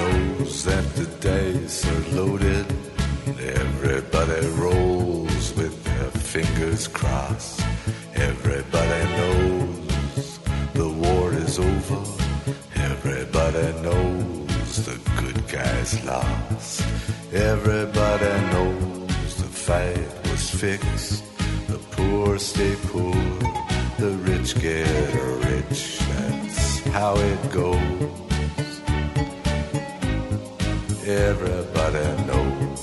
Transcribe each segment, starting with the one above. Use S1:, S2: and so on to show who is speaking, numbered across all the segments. S1: Cause empty days are loaded. Everybody rolls with their fingers crossed. Everybody knows the war is over. Everybody knows the good guys lost. Everybody knows the fight was fixed. The poor stay poor, the rich get rich. That's how it goes. Everybody knows.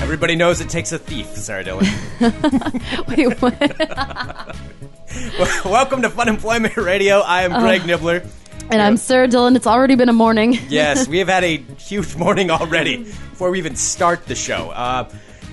S2: Everybody knows it takes a thief. Sorry, Dylan.
S3: Wait, what?
S2: Welcome to Fun Employment Radio. I am Greg
S3: Oh.
S2: Nibbler.
S3: And I'm Sir Dylan. It's already been a morning.
S2: Yes, we have had a huge morning already before we even start the show. Uh,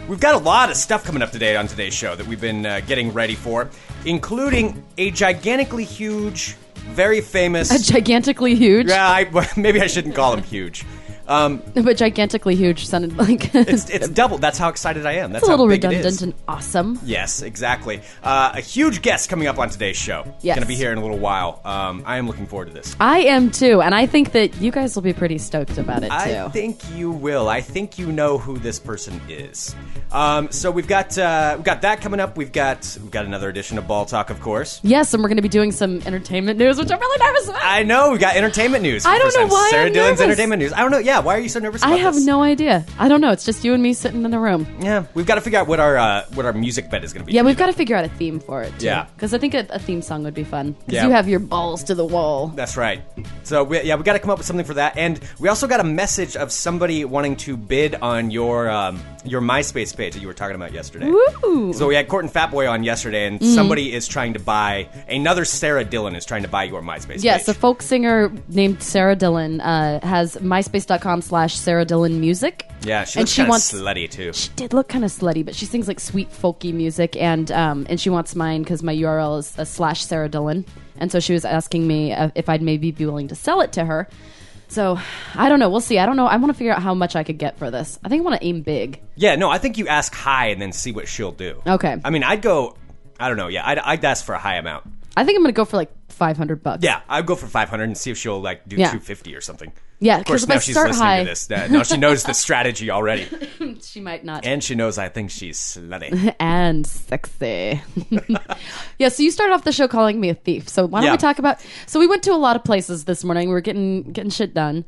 S2: we've got a lot of stuff coming up today on today's show that we've been uh, getting ready for, including a gigantically huge, very famous.
S3: A gigantically huge,
S2: yeah, I, maybe I shouldn't call him huge. Um,
S3: but gigantically huge sounded like
S2: it's, it's double. That's how excited I am. That's
S3: a little
S2: how big It
S3: redundant
S2: is.
S3: and awesome.
S2: Yes, exactly. Uh, a huge guest coming up on today's show.
S3: Yes.
S2: Going to be here in a little while. Um, I am looking forward to this.
S3: I am too, and I think that you guys will be pretty stoked about it too.
S2: I think you will. I think you know who this person is. Um, so we've got uh, we've got that coming up. We've got we've got another edition of Ball Talk, of course.
S3: yes, and we're going to be doing some entertainment news, which I'm really nervous about.
S2: I know we got entertainment news.
S3: I don't know
S2: 100%.
S3: why
S2: Sarah
S3: I'm
S2: Dylan's
S3: nervous.
S2: entertainment news. I don't know. Yeah, why are you so nervous?
S3: I
S2: about
S3: have
S2: this?
S3: no idea. I don't know. It's just you and me sitting in a room.
S2: Yeah, we've got to figure out what our uh, what our music bed is going to be.
S3: Yeah, we've got to figure out a theme for it. Too.
S2: Yeah.
S3: because I think a, a theme song would be fun. Because
S2: Yeah.
S3: you have your balls to the wall.
S2: That's right. So we, yeah, we got to come up with something for that, and we also got a message of somebody wanting to bid on your um, your MySpace page that you were talking about yesterday.
S3: Woo!
S2: So we had Court and Fatboy on yesterday, and
S3: Mm.
S2: somebody is trying to buy another Sarah Dillon is trying to buy your MySpace.
S3: Yes, a
S2: page.
S3: folk singer named Sarah Dillon uh, has myspace.com slash Sarah Dillon music.
S2: yeah, she
S3: and
S2: looks
S3: she
S2: kinda
S3: wants-
S2: slutty too.
S3: She did look kind of slutty, but she sings like sweet folky music, and um, and she wants mine because my URL is a slash Sarah Dillon, and so she was asking me uh, if I'd maybe be willing to sell it to her. So I don't know. We'll see. I don't know. I want to figure out how much I could get for this. I think I want to aim big.
S2: Yeah, no, I think you ask high and then see what she'll do.
S3: Okay.
S2: I mean, I'd go. I don't know. Yeah, I'd, I'd ask for a high amount.
S3: I think I'm gonna go for like 500 bucks.
S2: Yeah, I'd go for five hundred and see if she'll like do
S3: Yeah.
S2: two fifty or something.
S3: Yeah,
S2: Of course,
S3: because if I
S2: now she's
S3: start
S2: listening
S3: high,
S2: to this. Uh, now she knows the strategy already.
S3: she might not.
S2: And she knows I think she's slutty.
S3: and sexy. yeah, so you started off the show calling me a thief. So why don't
S2: Yeah.
S3: we talk about? So we went to a lot of places this morning. We were getting getting shit done,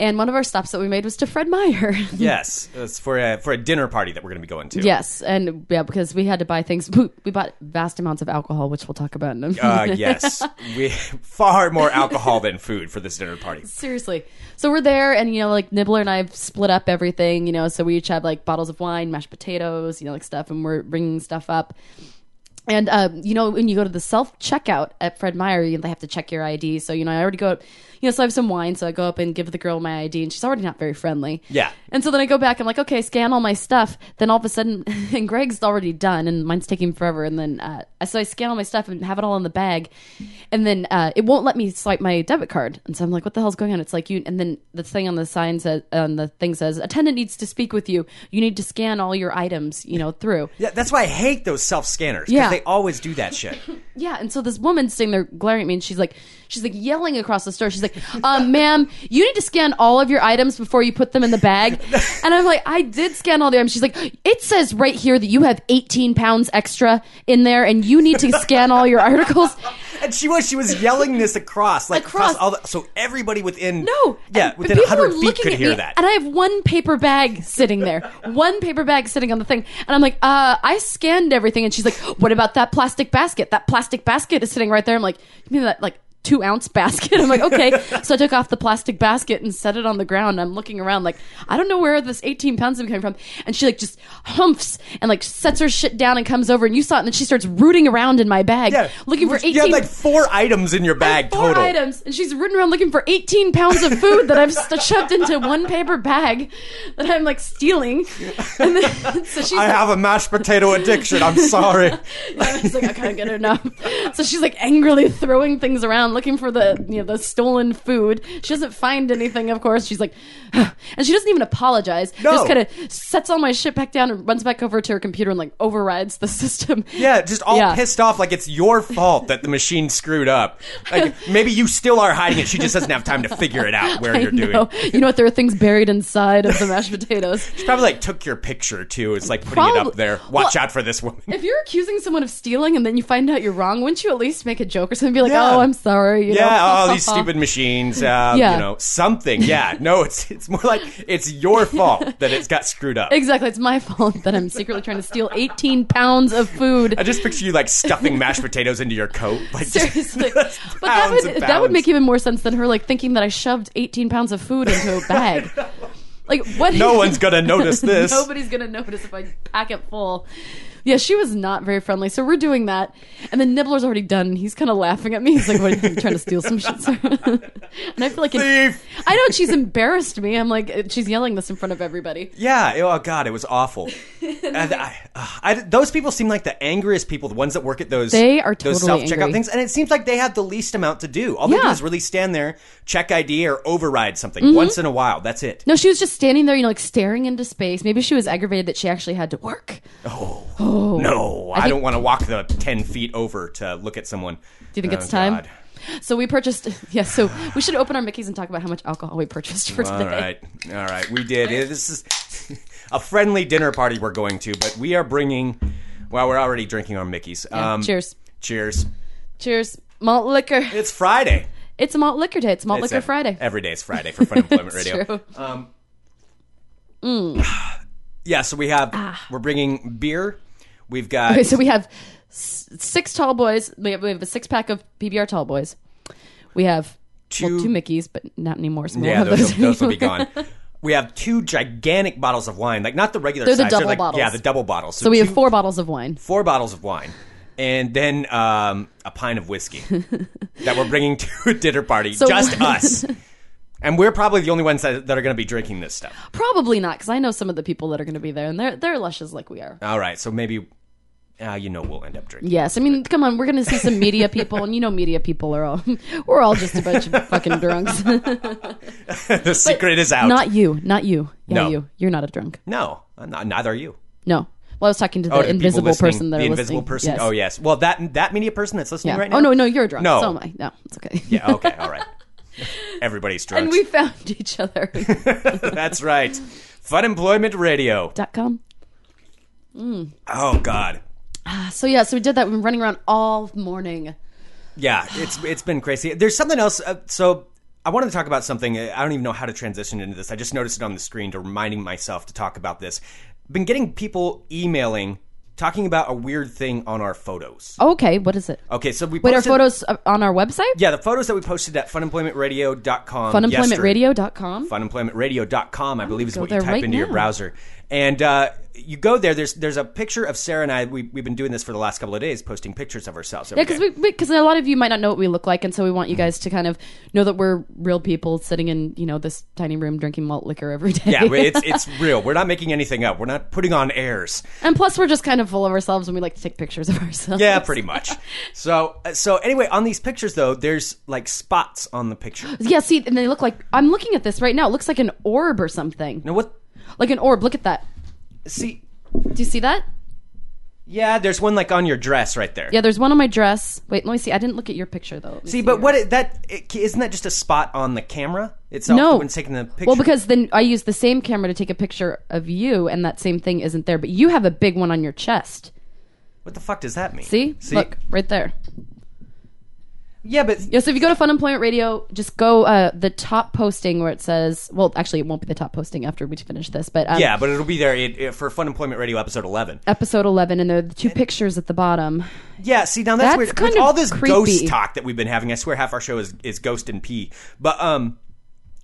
S3: and one of our stops that we made was to Fred Meyer.
S2: yes, it's for a for a dinner party that we're going to be going to.
S3: yes, and yeah, because we had to buy things. We we bought vast amounts of alcohol, which we'll talk about in a minute.
S2: Uh, yes, we far more alcohol than food for this dinner party.
S3: Seriously. So we're there, and you know, like Nibbler and I have split up everything. You know, so we each have like bottles of wine, mashed potatoes, you know, like stuff, and we're bringing stuff up. And um, you know, when you go to the self checkout at Fred Meyer, you, they have to check your ID. So you know, I already go, you know, so I have some wine, so I go up and give the girl my ID, and she's already not very friendly.
S2: Yeah.
S3: And so then I go back. I'm like, okay, scan all my stuff. Then all of a sudden, and Greg's already done, and mine's taking forever. And then uh, so I scan all my stuff and have it all in the bag, and then uh, it won't let me swipe my debit card. And so I'm like, what the hell's going on? It's like you. And then the thing on the sign says, on the thing says, attendant needs to speak with you. You need to scan all your items, you know, through.
S2: Yeah, that's why I hate those self scanners.
S3: Yeah.
S2: they always do that shit.
S3: Yeah, and so this woman's sitting there glaring at me, and she's like, she's like yelling across the store. She's like, um, "Ma'am, you need to scan all of your items before you put them in the bag." And I'm like, "I did scan all the items." She's like, "It says right here that you have 18 pounds extra in there, and you need to scan all your articles."
S2: And she was she was yelling this across like across,
S3: Across.
S2: all the, so everybody within
S3: No,
S2: yeah
S3: and- but
S2: within
S3: people are
S2: hundred feet
S3: looking
S2: could
S3: at
S2: hear
S3: me,
S2: that.
S3: And I have one paper bag sitting there, one paper bag sitting on the thing, and I'm like, uh, I scanned everything, and she's like, what about that plastic basket? That plastic basket is sitting right there. I'm like, you mean that like two ounce basket? I'm like, okay. so I took off the plastic basket and set it on the ground. I'm looking around like, I don't know where this 18 pounds is coming from, and she like just humps and like sets her shit down and comes over, and you saw it, and then she starts rooting around in my bag,
S2: yeah,
S3: looking for 18.
S2: You had like four items in your bag
S3: Four
S2: total.
S3: items, and she's ridden around looking for 18 pounds of food that I've st- shoved into one paper bag that I'm like stealing. And then, so she's
S2: I
S3: like,
S2: have a mashed potato addiction. I'm sorry.
S3: I was like, I can't get enough. So she's like angrily throwing things around, looking for the you know the stolen food. She doesn't find anything, of course. She's like, and she doesn't even apologize.
S2: No.
S3: Just kind of sets all my shit back down and runs back over to her computer and like overrides the system.
S2: Yeah, just all
S3: Yeah.
S2: pissed off like it's your fault that the machine screwed up. Like maybe you still are hiding it. She just doesn't have time to figure it out where
S3: I
S2: you're doing.
S3: know. You know what? There are things buried inside of the mashed potatoes.
S2: She probably like took your picture too. It's like putting it up
S3: Probably-
S2: there. Watch
S3: well-
S2: out for this woman.
S3: If you're accusing someone of stealing and then you find out you're wrong, wouldn't you at least make a joke or something? Be like,
S2: Yeah.
S3: "Oh, I'm sorry." You
S2: Yeah,
S3: know?
S2: all these stupid machines. Uh,
S3: Yeah.
S2: you know something. Yeah, no, it's it's more like it's your fault that it's got screwed up.
S3: Exactly. It's my fault that I'm secretly trying to steal 18 pounds of food.
S2: I just picture you like stuffing mashed potatoes into your coat. Like just-
S3: Seriously.
S2: that's
S3: but that
S2: pounds
S3: would
S2: and
S3: that would
S2: pounds.
S3: make even more sense than her like thinking that I shoved 18 pounds of food into a bag. Like what?
S2: No one's gonna notice this.
S3: Nobody's gonna notice if I pack it full. Yeah, she was not very friendly. So we're doing that, and then Nibbler's already done. and He's kind of laughing at me. He's like, "What? Are you trying to steal some shit?" sir?" and I feel like
S2: Thief!
S3: I know and she's embarrassed me. I'm like, she's yelling this in front of everybody.
S2: Yeah. it- Oh God, it was awful. And I, uh, I- those people seem like the angriest people. The ones that work at those
S3: They are
S2: those
S3: totally
S2: self checkout
S3: angry.
S2: things, and it seems like they have the least amount to do. All they do
S3: Yeah. Mm-hmm.
S2: is really stand there, check ID or override something once in a while. That's it.
S3: No, she was just standing there, you know, like staring into space. Maybe she was aggravated that she actually had to work.
S2: No, I,
S3: think-
S2: don't want to walk the ten feet over to look at someone. Oh, Do
S3: you think it's time? So we purchased. Yeah, so we should open our Mickey's and talk about how much alcohol we purchased for
S2: All
S3: today.
S2: right, all right, we did. it. This is a friendly dinner party we're going to, but we are bringing. Well, we're already drinking our Mickey's. Um,
S3: Yeah, cheers.
S2: Cheers.
S3: Cheers. Malt liquor.
S2: It's Friday.
S3: It's a malt liquor day. It's malt
S2: It's
S3: liquor
S2: ev-
S3: Friday.
S2: Every day is Friday for Fun Employment
S3: It's
S2: Radio.
S3: true.
S2: Um, Yeah, so we have we're bringing beer. We've got
S3: Ah. Okay, so we have s- six tall boys. We have, we have a six pack of PBR tall boys. We have well,
S2: Two-
S3: two Mickey's, but not anymore. So we
S2: yeah,
S3: won't have
S2: those, those, will be
S3: anymore.
S2: gone. We have two gigantic bottles of wine, like not the regular
S3: They're the
S2: size,
S3: double
S2: like,
S3: bottles.
S2: Yeah, the double bottles.
S3: So we
S2: two-
S3: have four bottles of wine.
S2: four bottles of wine, and then um, a pint of whiskey that we're bringing to a dinner party,
S3: So-
S2: just us. And we're probably the only ones that, that are going to be drinking this stuff.
S3: Probably not, because I know some of the people that are going to be there, and they're they're luscious like we are.
S2: All right, so maybe, uh, you know, we'll end up drinking.
S3: Yes, I mean, come on, we're going to see some media people, and you know, media people are all we're all just a bunch of fucking drunks.
S2: the secret is out.
S3: Not you. Not you. Yeah,
S2: No.
S3: you. You're not a drunk.
S2: No, I'm not, neither are you.
S3: No. Well, I was talking to the
S2: Oh, to the people
S3: invisible
S2: listening,
S3: person that
S2: the
S3: are
S2: invisible
S3: listening.
S2: person.
S3: Yes.
S2: Oh yes. Well, that that media person that's listening
S3: Yeah.
S2: right now.
S3: Oh no, no, you're a drunk.
S2: No.
S3: So am I. No, it's okay.
S2: Yeah. Okay. All right. Everybody's drunk.
S3: and we found each other.
S2: that's right. Fun Employment Radio.
S3: Dot com.
S2: Oh God.
S3: So yeah, so we did that. We've been running around all morning.
S2: Yeah. It's it's been crazy. There's something else. Uh, so I wanted to talk about something. uh, I don't even know how to transition into this. I just noticed it on the screen to reminding myself to talk about this. been getting people emailing talking about a weird thing on our photos.
S3: Okay, what is it?
S2: Okay. So we
S3: Wait, our
S2: posted-
S3: photos uh, on our website?
S2: Yeah, the photos that we posted at funemploymentradio.com. yesterday-
S3: Funemploymentradio.com.
S2: funemploymentradio.com, I believe is
S3: go
S2: what you
S3: there
S2: type
S3: right
S2: into your
S3: now.
S2: browser. And uh, you go there, there's there's a picture of Sarah and I. We, we've been doing this for the last couple of days, posting pictures of ourselves.
S3: Yeah, because we because a lot of you might not know what we look like, and so we want you guys to kind of know that we're real people sitting in you know this tiny room drinking malt liquor every day.
S2: Yeah, we- it's, it's real. We're not making anything up, we're not putting on airs.
S3: and plus we're just kind of full of ourselves, and we like to take pictures of ourselves.
S2: Yeah, pretty much. So, uh, so anyway, on these pictures though, there's like spots on the picture.
S3: Yeah, see, and they look like I'm looking at this right now. It looks like an orb or something,
S2: Now, what?
S3: like an orb. Look at that.
S2: See,
S3: Do you see that?
S2: yeah, there's one like on your dress right there.
S3: Yeah, there's one on my dress. Wait, let me see. I didn't look at your picture though. Let me
S2: See, but
S3: yours.
S2: what it, that it, isn't that just a spot on the camera itself
S3: No.
S2: when it's taking the picture?
S3: Well, because then I use the same camera to take a picture of you, and that same thing isn't there. But you have a big one on your chest.
S2: what the fuck does that mean?
S3: See, look right there.
S2: yeah, but
S3: Yeah, so if you go to Fun Employment Radio, just go uh, the top posting where it says. Well, actually, it won't be the top posting after we finish this, but um,
S2: yeah, but it'll be there it, it- for Fun Employment Radio episode eleven.
S3: episode eleven, and there are the two pictures at the bottom.
S2: Yeah, see now that's,
S3: That's
S2: weird.
S3: kind
S2: With
S3: of
S2: all this
S3: creepy.
S2: ghost talk that we've been having, I swear half our show is, is ghost and pee. But um,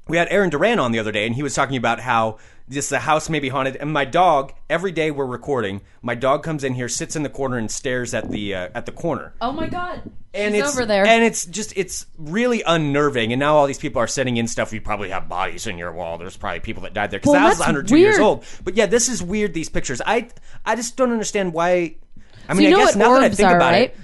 S2: we had Aaron Duran on the other day, and he was talking about how this the house may be haunted. And my dog, every day we're recording, my dog comes in here, sits in the corner, and stares at the uh, at the corner.
S3: Oh my god,
S2: and
S3: she's
S2: it's
S3: over there.
S2: and it's just it's really unnerving. And now all these people are sending in stuff. You probably have bodies in your wall. There's probably people that died there because
S3: Well,
S2: that was
S3: that's
S2: 102 years
S3: weird.
S2: old. But yeah, this is weird. These pictures. I I just don't understand why. I mean,
S3: you know
S2: I guess
S3: what
S2: now that I
S3: orbs
S2: think
S3: are,
S2: about
S3: right?
S2: it,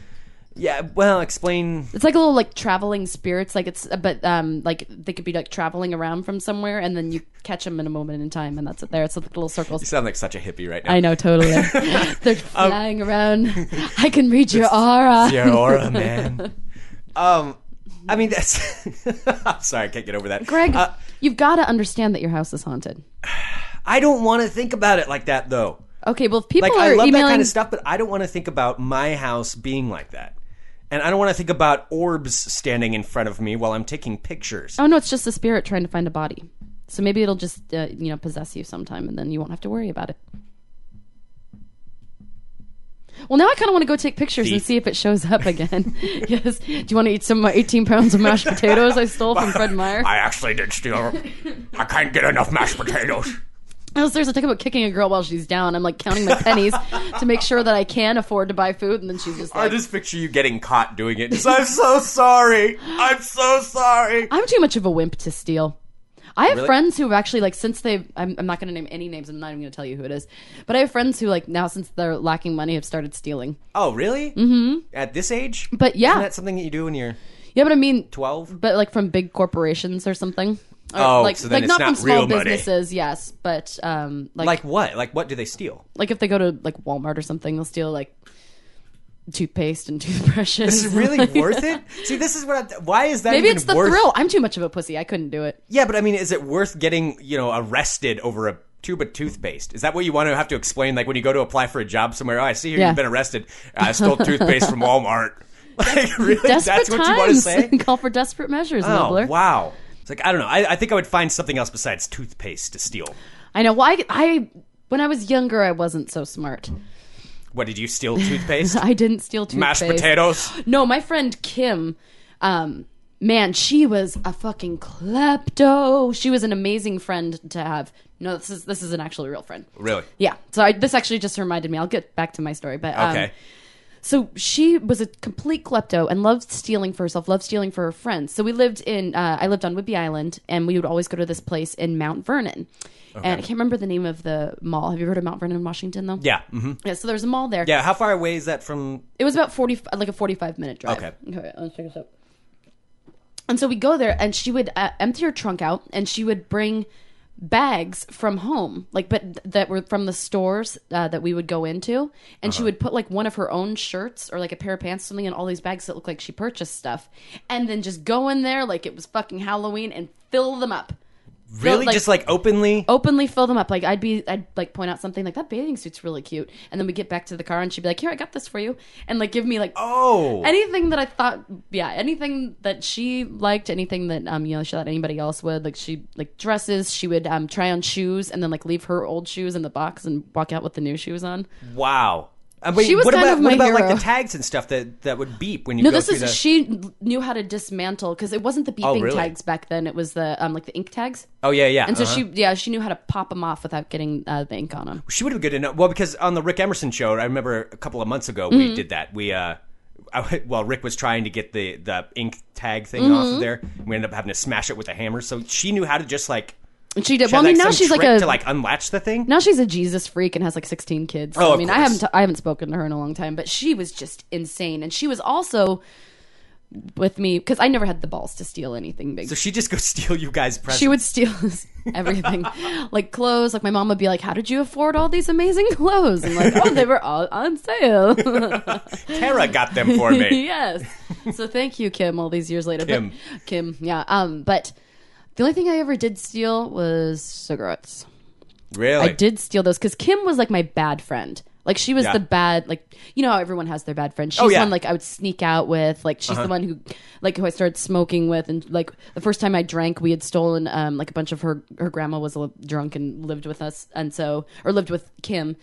S2: Yeah, well, explain.
S3: It's like a little like traveling spirits, like it's but um like they could be like traveling around from somewhere, and then you catch them in a moment in time, and that's it. There, it's like little circles.
S2: You sound like such a hippie right now.
S3: I know totally. They're
S2: Um,
S3: flying around. I can read your aura.
S2: Your aura, man. um, I mean, that's. I'm sorry, I can't get over that.
S3: Greg,
S2: Uh,
S3: you've got to understand that your house is haunted.
S2: I don't want to think about it like that, though.
S3: Okay, well, if people
S2: Like,
S3: are
S2: I love
S3: emailing,
S2: that kind of stuff, but I don't want to think about my house being like that. And I don't want to think about orbs standing in front of me while I'm taking pictures.
S3: oh no, it's just a spirit trying to find a body. So maybe it'll just uh, you know possess you sometime, and then you won't have to worry about it. Well, now I kind of want to go take pictures and
S2: Thief.
S3: see if it shows up again. yes. Do you want to eat some of my 18 pounds of mashed potatoes I stole from Fred Meyer?
S2: I actually did steal. I can't get enough mashed potatoes.
S3: I was seriously talking about kicking a girl while she's down. I'm like counting my pennies to make sure that I can afford to buy food, and then she's just
S2: I
S3: like,
S2: just picture you getting caught doing it. Just, I'm so sorry. I'm so sorry.
S3: I'm too much of a wimp to steal. I have
S2: Really?
S3: friends who have actually like since they've I'm, I'm not going to name any names. I'm not even going to tell you who it is. But I have friends who like now since they're lacking money have started stealing.
S2: Oh, really? Mm-hmm. At this age?
S3: But
S2: Isn't
S3: yeah,
S2: that something that you do when you're
S3: yeah. But I mean,
S2: 12?
S3: but like from big corporations or something. Or,
S2: Oh,
S3: like
S2: so then
S3: like
S2: it's
S3: not,
S2: not
S3: from small
S2: real money.
S3: businesses, yes, but um
S2: Like
S3: like, like
S2: what? Like what do they steal?
S3: if they go to like Walmart or something, they'll steal like toothpaste and toothbrushes.
S2: This is really worth it? See, this is what I, why is that
S3: Maybe
S2: even
S3: it's the
S2: worth
S3: thrill. I'm too much of a pussy. I couldn't do it.
S2: Yeah, but I mean, is it worth getting, you know, arrested over a tube of toothpaste? Is that what you want to have to explain? Like when you go to apply for a job somewhere, oh, I see here
S3: Yeah.
S2: you've been arrested. I stole toothpaste from Walmart. Like, really?
S3: Desperate
S2: That's what you want to
S3: times
S2: say?
S3: call for desperate measures,
S2: Oh,
S3: Nibbler.
S2: wow. It's like, I don't know. I, I think I would find something else besides toothpaste to steal.
S3: I know. Why? I when I was younger, I wasn't so smart.
S2: What, did you steal toothpaste?
S3: I didn't steal toothpaste.
S2: Mashed potatoes?
S3: No, my friend Kim, um, man, she was a fucking klepto. She was an amazing friend to have. No, this is this is an actually real friend.
S2: Really?
S3: Yeah. So I, this actually just reminded me. I'll get back to my story, but um,
S2: Okay.
S3: So she was a complete klepto and loved stealing for herself, loved stealing for her friends. So we lived in, uh, I lived on Whidbey Island, and we would always go to this place in Mount Vernon. And I can't remember the name of the mall. Have you heard of Mount Vernon, Washington, though?
S2: yeah. hmm
S3: Yeah, so there's a mall there.
S2: Yeah, how far away is that from
S3: It was about 40, like a 45 minute drive.
S2: Okay.
S3: okay let's check this out. And so we go there, and she would uh, empty her trunk out, and she would bring bags from home, like but th- that were from the stores uh, that we would go into,
S2: Uh-huh.
S3: and she would put like one of her own shirts or like a pair of pants, something in all these bags that looked like she purchased stuff, and then just go in there like it was fucking Halloween and fill them up. Fill-
S2: really just like openly?
S3: openly fill them up. Like I'd be, I'd like point out something like that bathing suit's really cute, and then we get back to the car, and she'd be like, "Here, I got this for you," and like give me like
S2: Oh.
S3: anything that I thought, yeah, anything that she liked, anything that um you know she thought anybody else would. Like she like dresses, she would um try on shoes, and then like leave her old shoes in the box and walk out with the new shoes on.
S2: Mm-hmm. wow. I mean,
S3: She was
S2: Uh, what
S3: kind
S2: about,
S3: of
S2: what
S3: my
S2: about like
S3: hero.
S2: the tags and stuff that, that would beep when you
S3: No,
S2: go
S3: this
S2: through
S3: is
S2: the...
S3: she knew how to dismantle because it wasn't the beeping
S2: Oh, really?
S3: tags back then. It was the um like the ink tags,
S2: Oh yeah, yeah.
S3: and so
S2: uh-huh.
S3: she yeah she knew how to pop them off without getting uh, the ink on them.
S2: She would have been good to know. Well, because on the Rick Emerson show, I remember a couple of months ago
S3: Mm-hmm.
S2: we did that. We uh, I, well, Rick was trying to get the the ink tag thing off
S3: Mm-hmm.
S2: of there. We ended up having to smash it with a hammer. So she knew how to just like.
S3: And she did.
S2: she
S3: well,
S2: had,
S3: I mean,
S2: like,
S3: now
S2: some
S3: she's like
S2: trick
S3: a
S2: to like unlatch the thing.
S3: now she's a Jesus freak and has like 16 kids. So,
S2: Oh,
S3: I
S2: of
S3: mean, I
S2: course.
S3: haven't I haven't spoken to her in a long time, but she was just insane, and she was also with me because I never had the balls to steal anything big.
S2: So she just goes steal you guys' presents.
S3: she would steal everything, like clothes. Like my mom would be like, "How did you afford all these amazing clothes?" I'm like, "Oh, they were all on sale."
S2: Tara got them for me.
S3: yes. So thank you, Kim. All these years later, But-
S2: Kim.
S3: Kim. Yeah. Um. But the only thing I ever did steal was cigarettes.
S2: Really?
S3: I did steal those because Kim was like my bad friend. Like she was
S2: Yeah. Oh,
S3: the bad, like you know how everyone has their bad friend. She's
S2: yeah. Uh-huh.
S3: the one like I would sneak out with. Like she's the one who, like who I started smoking with, and like the first time I drank, we had stolen um like a bunch of her her grandma was li- drunk and lived with us, and so or lived with Kim.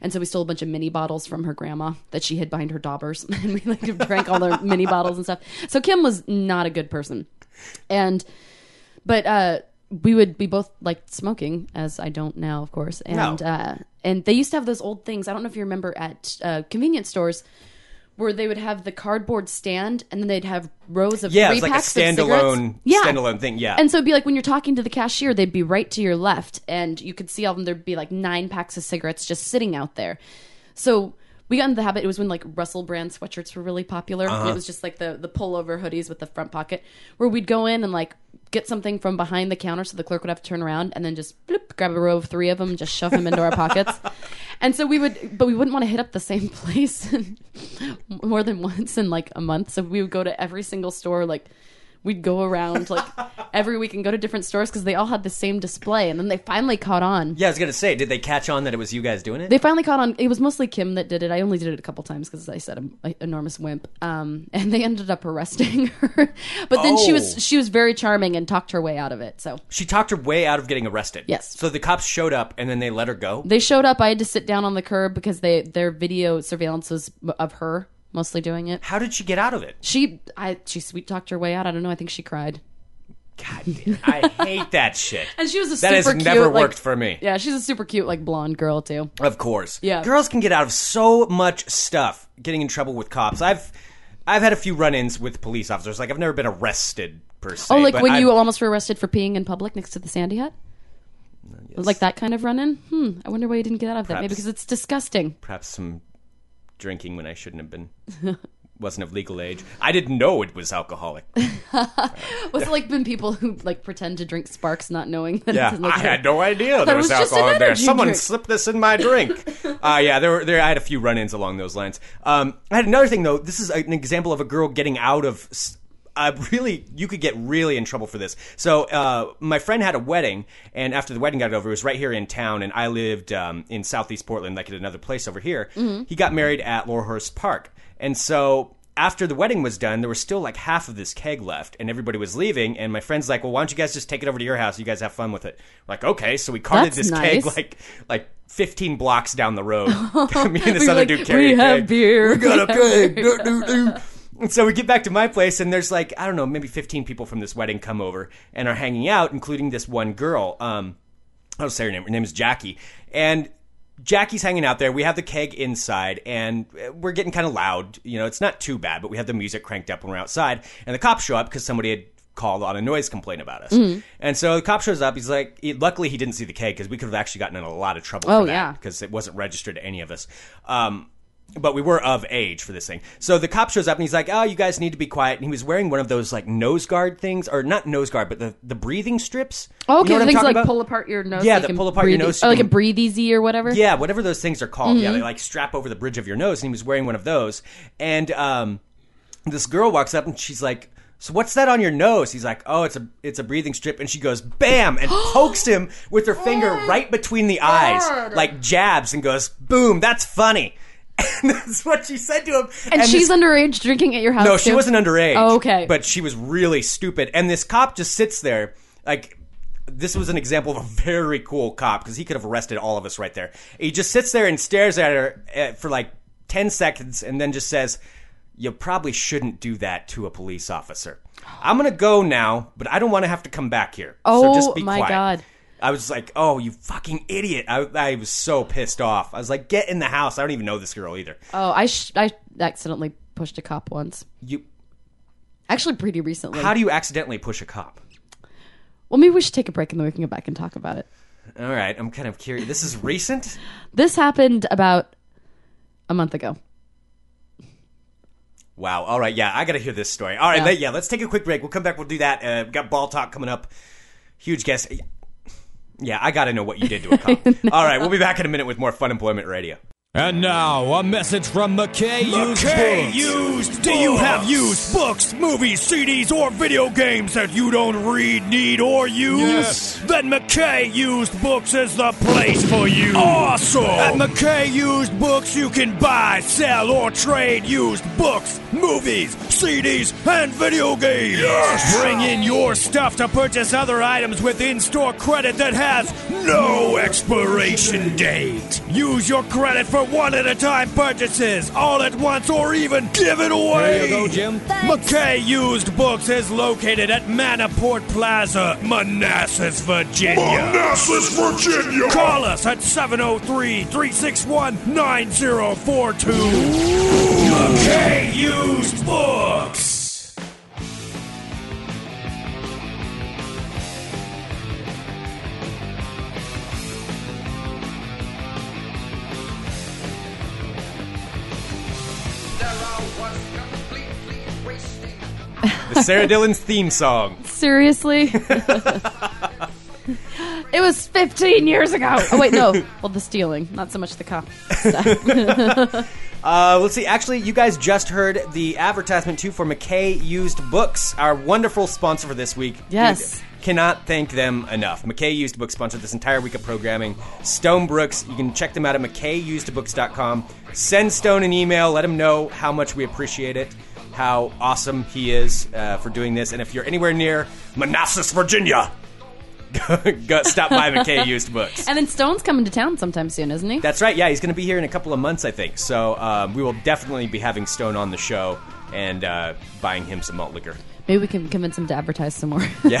S3: And so we stole a bunch of mini bottles from her grandma that she hid behind her daubers, and we like drank all their mini bottles and stuff. So Kim was not a good person, and but uh we would be both like smoking as i don't now of course and
S2: No.
S3: uh and they used to have those old things i don't know if you remember at uh, convenience stores where they would have the cardboard stand and then they'd have rows of
S2: Yeah,
S3: three
S2: it's like a
S3: packs of cigarettes.
S2: standalone
S3: yeah.
S2: standalone thing. Yeah.
S3: and so it'd be like when you're talking to the cashier they'd be right to your left and you could see all of them there'd be like nine packs of cigarettes just sitting out there so we got into the habit. It was when like Russell brand sweatshirts were really popular. And it was just like the the pullover hoodies with the front pocket, where we'd go in and like get something from behind the counter, so the clerk would have to turn around and then just bloop, grab a row of three of them, and just shove them into our pockets. And so we would, but we wouldn't want to hit up the same place more than once in like a month. So we would go to every single store, like we'd go around like every week and go to different stores because they all had the same display. And then they finally caught on.
S2: Yeah, I was gonna say, did they catch on that it was you guys doing it?
S3: They finally caught on. It was mostly Kim that did it. I only did it a couple times because I said I'm an enormous wimp. Um, and they ended up arresting her. But then she
S2: Oh.
S3: was she was very charming and talked her way out of it. So
S2: she talked her way out of getting arrested.
S3: Yes.
S2: So the cops showed up and then they let her go.
S3: they showed up. I had to sit down on the curb because they their video surveillance was of her mostly doing it.
S2: How did she get out of it?
S3: She I she sweet talked her way out. I don't know. I think she cried.
S2: God, damn, I hate that shit.
S3: And she was a
S2: That has
S3: super cute,
S2: never
S3: like-
S2: worked for me.
S3: Yeah, she's a super cute like blonde girl too.
S2: Of course.
S3: Yeah.
S2: Girls can get out of so much stuff getting in trouble with cops. I've I've had a few run-ins with police officers. Like I've never been arrested per se.
S3: Oh, like
S2: but
S3: when
S2: I've-
S3: you almost were arrested for peeing in public next to the Sandy Hut? Like that kind of run in? Hmm. I wonder why you didn't get out of that. Maybe
S2: Perhaps.
S3: because it's disgusting.
S2: perhaps some drinking when I shouldn't have been wasn't of legal age. I didn't know it was alcoholic.
S3: Was it like been people who like pretend to drink sparks not knowing that
S2: Yeah,
S3: it's
S2: I
S3: like
S2: had no idea there
S3: it
S2: was,
S3: was just
S2: alcohol
S3: an
S2: in there.
S3: energy
S2: Someone
S3: drink.
S2: slipped this in my drink. uh, yeah, there were there. I had a few run-ins along those lines. Um, I had another thing though. This is an example of a girl getting out of. s- Uh, really, you could get really in trouble for this. So, uh, my friend had a wedding, and after the wedding got over, it was right here in town, and I lived um, in southeast Portland, like at another place over here.
S3: Mm-hmm.
S2: He got married at Laurelhurst Park, and so after the wedding was done, there was still like half of this keg left, and everybody was leaving. And my friend's like, "Well, why don't you guys just take it over to your house? You guys have fun with it." We're like, okay. So we carted
S3: That's
S2: this keg
S3: nice.
S2: like like fifteen blocks down the road. Me and this
S3: were
S2: other
S3: like,
S2: dude carried
S3: "We
S2: a
S3: have
S2: keg.
S3: beer.
S2: We got a
S3: We
S2: keg. Do, do, do. And so we get back to my place, and there's like I don't know, maybe fifteen people from this wedding come over and are hanging out, including this one girl. Um, I'll say her name. Her name is Jackie. And Jackie's hanging out there. We have the keg inside, and uh, we're getting kind of loud. You know, it's not too bad, but we have the music cranked up when we're outside. And the cops show up because somebody had called on a noise complaint about us.
S3: Mm-hmm.
S2: And so the cop shows up. He's like, he- luckily he didn't see the keg because we could have actually gotten in a lot of trouble.
S3: Oh,
S2: for that
S3: yeah.
S2: because it wasn't registered to any of us. Um, but we were of age for this thing. So the cop shows up and he's like, "Oh, you guys need to be quiet." And he was wearing one of those like nose guard things, or not nose guard, but the the breathing strips. You know
S3: Okay,
S2: what I'm
S3: things
S2: talking
S3: like
S2: about?
S3: pull apart your nose.
S2: Yeah,
S3: so you
S2: that
S3: can
S2: pull apart your
S3: breathe-
S2: nose so
S3: Or
S2: you
S3: like a
S2: can-
S3: breathe easy or whatever. Mm-hmm.
S2: Yeah, whatever those things are called. Yeah, they like strap over the bridge of your nose, and he was wearing one of those. And um, this girl walks up and she's like, "So what's that on your nose?" He's like, "Oh, it's a it's a breathing strip." And she goes, "Bam!" and pokes him with her finger
S3: Oh
S2: right between the eyes, like jabs, and goes, "Boom! That's funny." And that's what she said to him.
S3: And, she's
S2: this-
S3: underage drinking at your house.
S2: no, she
S3: too?
S2: wasn't underage.
S3: Oh, okay.
S2: But she was really stupid. And this cop just sits there, like, this was an example of a very cool cop because he could have arrested all of us right there. He just sits there and stares at her uh, for like 10 seconds and then just says, You probably shouldn't do that to a police officer. I'm going to go now, but I don't want to have to come back here. so
S3: Oh,
S2: just be
S3: my
S2: quiet.
S3: God.
S2: I was like, "Oh, you fucking idiot!" I, I was so pissed off. I was like, "Get in the house!" I don't even know this girl either.
S3: Oh, I sh- I accidentally pushed a cop once.
S2: You,
S3: Actually, pretty recently.
S2: how do you accidentally push a cop?
S3: well, maybe we should take a break and then we can get back and talk about it.
S2: All right, I'm kind of curious. This is recent.
S3: This happened about a month ago.
S2: Wow. All right. Yeah, I got to hear this story. All right.
S3: Yeah.
S2: let- Yeah. Let's take a quick break. We'll come back. We'll do that. Uh, we've got ball talk coming up. Huge guest. Yeah, I got to know what you did to a cop. All right. We'll be back in a minute with more Fun Employment Radio.
S4: And now, a message from McKay,
S5: McKay
S4: Used Books.
S5: used
S4: Do you have
S5: books.
S4: used books, movies, CDs, or video games that you don't read, need, or use?
S5: Yes.
S4: Then McKay Used Books is the place for you. Awesome! At McKay Used Books, you can buy, sell, or trade used books, movies, CDs, and video games. Yes. Bring in your stuff to purchase other items with in store credit that has no expiration date. Use your credit for one at a time purchases, all at once, or even give it away.
S5: There you go, Jim.
S4: McKay Used Books is located at Manaport Plaza, Manassas, Virginia.
S5: Manassas, Virginia.
S4: Call us at 703 361 9042. McKay Used Books.
S2: The Sarah Dillon's theme song.
S3: Seriously? it was 15 years ago. Oh, wait, no. Well, the stealing, not so much the cop.
S2: Uh, let's see. Actually, you guys just heard the advertisement too for McKay Used Books, our wonderful sponsor for this week.
S3: Yes.
S2: Dude, cannot thank them enough. McKay Used Books sponsored this entire week of programming. Stone Brooks, you can check them out at McKayUsedBooks.com. Send Stone an email. Let him know how much we appreciate it, how awesome he is uh, for doing this, and if you're anywhere near Manassas, Virginia, go stop by McKay Used Books.
S3: And then Stone's coming to town sometime soon, isn't he?
S2: That's right. Yeah, he's going to be here in a couple of months, I think. So um, we will definitely be having Stone on the show and uh, buying him some malt liquor.
S3: Maybe we can convince him to advertise some more.
S2: Yeah.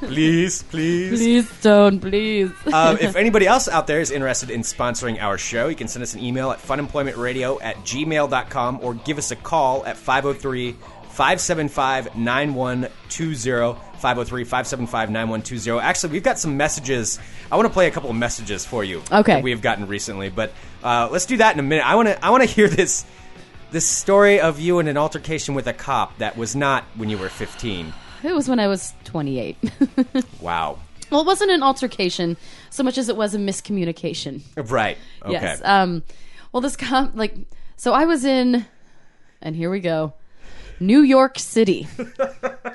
S2: please, please.
S3: please, Stone, please.
S2: Um, if anybody else out there is interested in sponsoring our show, you can send us an email at funemploymentradio at gmail.com or give us a call at 503 575 9120. 503 575 9120. Actually, we've got some messages. I want to play a couple of messages for you
S3: Okay.
S2: that we have gotten recently, but uh, let's do that in a minute. I want to I want to hear this this story of you in an altercation with a cop that was not when you were 15.
S3: it was when I was 28.
S2: Wow.
S3: well, it wasn't an altercation so much as it was a miscommunication.
S2: Right. Okay.
S3: Yes. Um, well, this com- like so I was in, and here we go, New York City.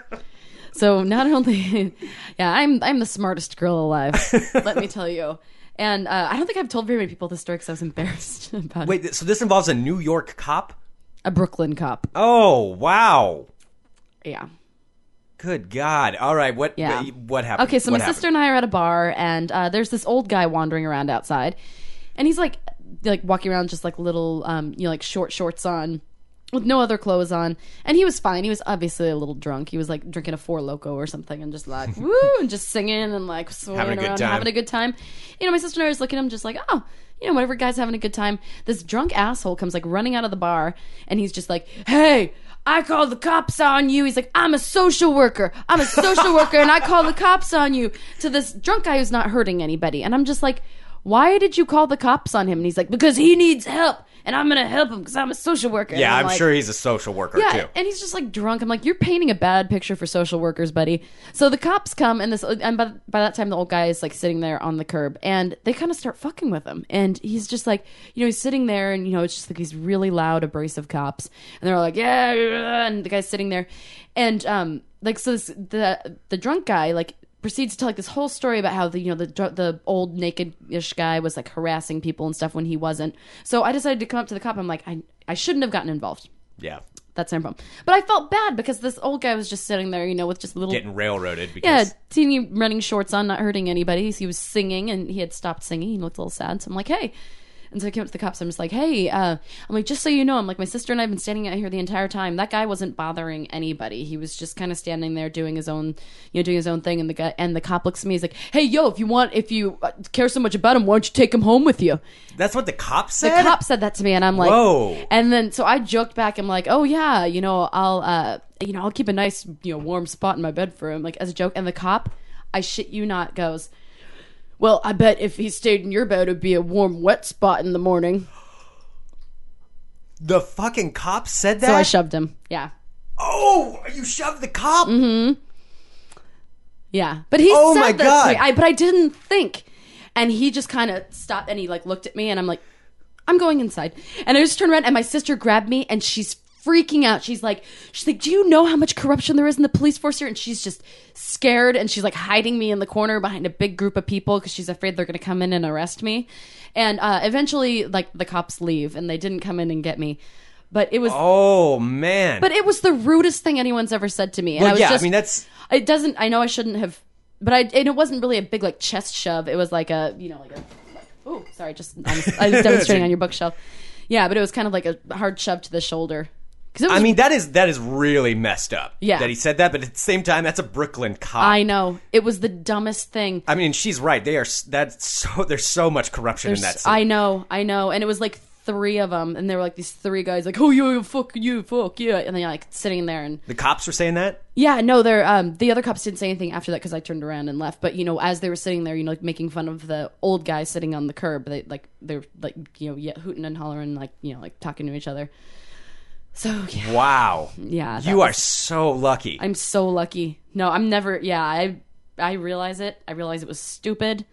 S3: so not only, yeah, I'm I'm the smartest girl alive. let me tell you. And uh, I don't think I've told very many people this story because I was embarrassed about
S2: Wait, th- so this involves a New York cop?
S3: it. A Brooklyn cop.
S2: Oh, wow.
S3: Yeah.
S2: Good God. All right, what
S3: Yeah.
S2: uh, what happened?
S3: Okay, so
S2: What
S3: my
S2: happened?
S3: sister and I are at a bar, and uh, there's this old guy wandering around outside, and he's like, like walking around just like little, um, you know, like short shorts on, with no other clothes on, and he was fine. He was obviously a little drunk. He was like drinking a four loco or something, and just like woo, and just singing and like swirling
S2: Having a good
S3: around,
S2: time.
S3: having a good time. You know, my sister and I was looking at him, just like, oh. You know, whatever guy's having a good time, this drunk asshole comes like running out of the bar and he's just like, Hey, I called the cops on you. He's like, I'm a social worker. I'm a social worker and I call the cops on you to this drunk guy who's not hurting anybody. And I'm just like, why did you call the cops on him? And he's like, because he needs help and I'm going to help him because I'm a social worker. And
S2: Yeah, I'm
S3: like,
S2: sure he's a social worker
S3: yeah,
S2: too.
S3: and he's just like drunk. I'm like, you're painting a bad picture for social workers, buddy. So the cops come, and this, and by, by that time, the old guy is like sitting there on the curb, and they kind of start fucking with him. And he's just like, you know, he's sitting there, and you know, it's just like these really loud, abrasive cops, and they're all like, yeah, yeah," and the guy's sitting there, and um, like so this, the the drunk guy like proceeds to tell like this whole story about how the you know the dr- the old naked-ish guy was like harassing people and stuff when he wasn't. So I decided to come up to the cop. I'm like, I I shouldn't have gotten involved.
S2: yeah.
S3: That's no problem. But I felt bad because this old guy was just sitting there, you know, with just little
S2: Getting railroaded
S3: yeah,
S2: because
S3: teeny running shorts on, not hurting anybody. He was singing and he had stopped singing. He looked a little sad. So I'm like, hey. And so I came up to the cops. I'm just like, hey, uh, I'm like, just so you know, I'm like, my sister and I have been standing out here the entire time. That guy wasn't bothering anybody. He was just kind of standing there doing his own, you know, doing his own thing. And the guy, and the cop looks at me. He's like, hey, yo, if you want, if you uh, care so much about him, why don't you take him home with you?
S2: that's what the cop
S3: the
S2: said.
S3: cop said that to me and i'm like
S2: Whoa.
S3: and then so i joked back i'm like oh yeah you know i'll uh you know i'll keep a nice you know warm spot in my bed for him like as a joke and the cop i shit you not goes well i bet if he stayed in your bed it'd be a warm wet spot in the morning
S2: the fucking cop said that.
S3: so i shoved him yeah
S2: Oh, you shoved the cop.
S3: Mm-hmm. yeah but he
S2: Oh
S3: said
S2: my
S3: that to
S2: God.
S3: me. I, but i didn't think and he just kind of stopped and he like looked at me and i'm like I'm going inside. And I just turned around and my sister grabbed me and she's freaking out. She's like, she's like, do you know how much corruption there is in the police force here? And she's just scared and she's like hiding me in the corner behind a big group of people because she's afraid they're going to come in and arrest me. And uh, eventually, like the cops leave and they didn't come in and get me. But it was,
S2: Oh man.
S3: but it was the rudest thing anyone's ever said to me. And I was
S2: yeah,
S3: just,
S2: I mean that's
S3: it doesn't. I know I shouldn't have, but I. And it wasn't really a big like chest shove. It was like a you know like a. Oh, sorry. Just I was, I was demonstrating on your bookshelf. Yeah, but it was kind of like a hard shove to the shoulder. Because
S2: I mean that is that is really messed up.
S3: Yeah.
S2: That he said that, but at the same time that's a Brooklyn cop.
S3: I know it was the dumbest thing.
S2: I mean, and she's right. They are s- that's so there's so much corruption in that.
S3: I know, I know, and it was like three of them, and they were like these three guys, like, oh, you, fuck you, fuck you. And they're like sitting there and
S2: The cops were saying that?
S3: yeah, no, they're um, the other cops didn't say anything after that because I turned around and left. But you know, as they were sitting there, you know, like, making fun of the old guy sitting on the curb, they like they're like you know, yeah, hooting and hollering, like you know, like talking to each other. So yeah,
S2: Wow.
S3: yeah that
S2: You
S3: was-
S2: are so lucky.
S3: I'm so lucky. No, I'm never. Yeah, I I realize it. I realize it was stupid.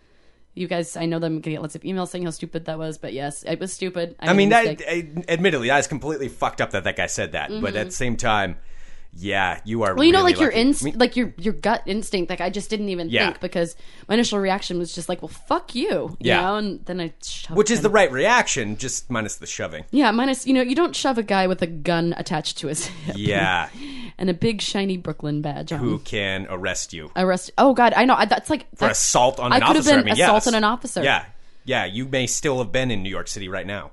S3: You guys, I know that I'm gonna get lots of emails saying how stupid that was, but yes, it was stupid. I,
S2: I mean,
S3: made a
S2: that
S3: mistake.
S2: I- admittedly, that is completely fucked up that that guy said that. But at the same time, yeah, you are.
S3: Mm-hmm. Well, you know, like your
S2: lucky.
S3: inst- like your your gut instinct. Like I just didn't even
S2: Yeah.
S3: think because my initial reaction was just like, "Well, fuck you," you
S2: Yeah.
S3: know. And then I shoved
S2: which is
S3: him.
S2: the right reaction, just minus the shoving.
S3: yeah. Minus, you know, you don't shove a guy with a gun attached to his hip.
S2: Yeah,
S3: and a big shiny Brooklyn badge.
S2: who
S3: on.
S2: can arrest you
S3: Arrest? Oh God, I know. I, that's like
S2: for
S3: that's-
S2: assault on
S3: I
S2: an
S3: could
S2: officer?
S3: have
S2: I
S3: been
S2: mean, yes.
S3: assault on an officer.
S2: Yeah, yeah, you may still have been in New York City right now.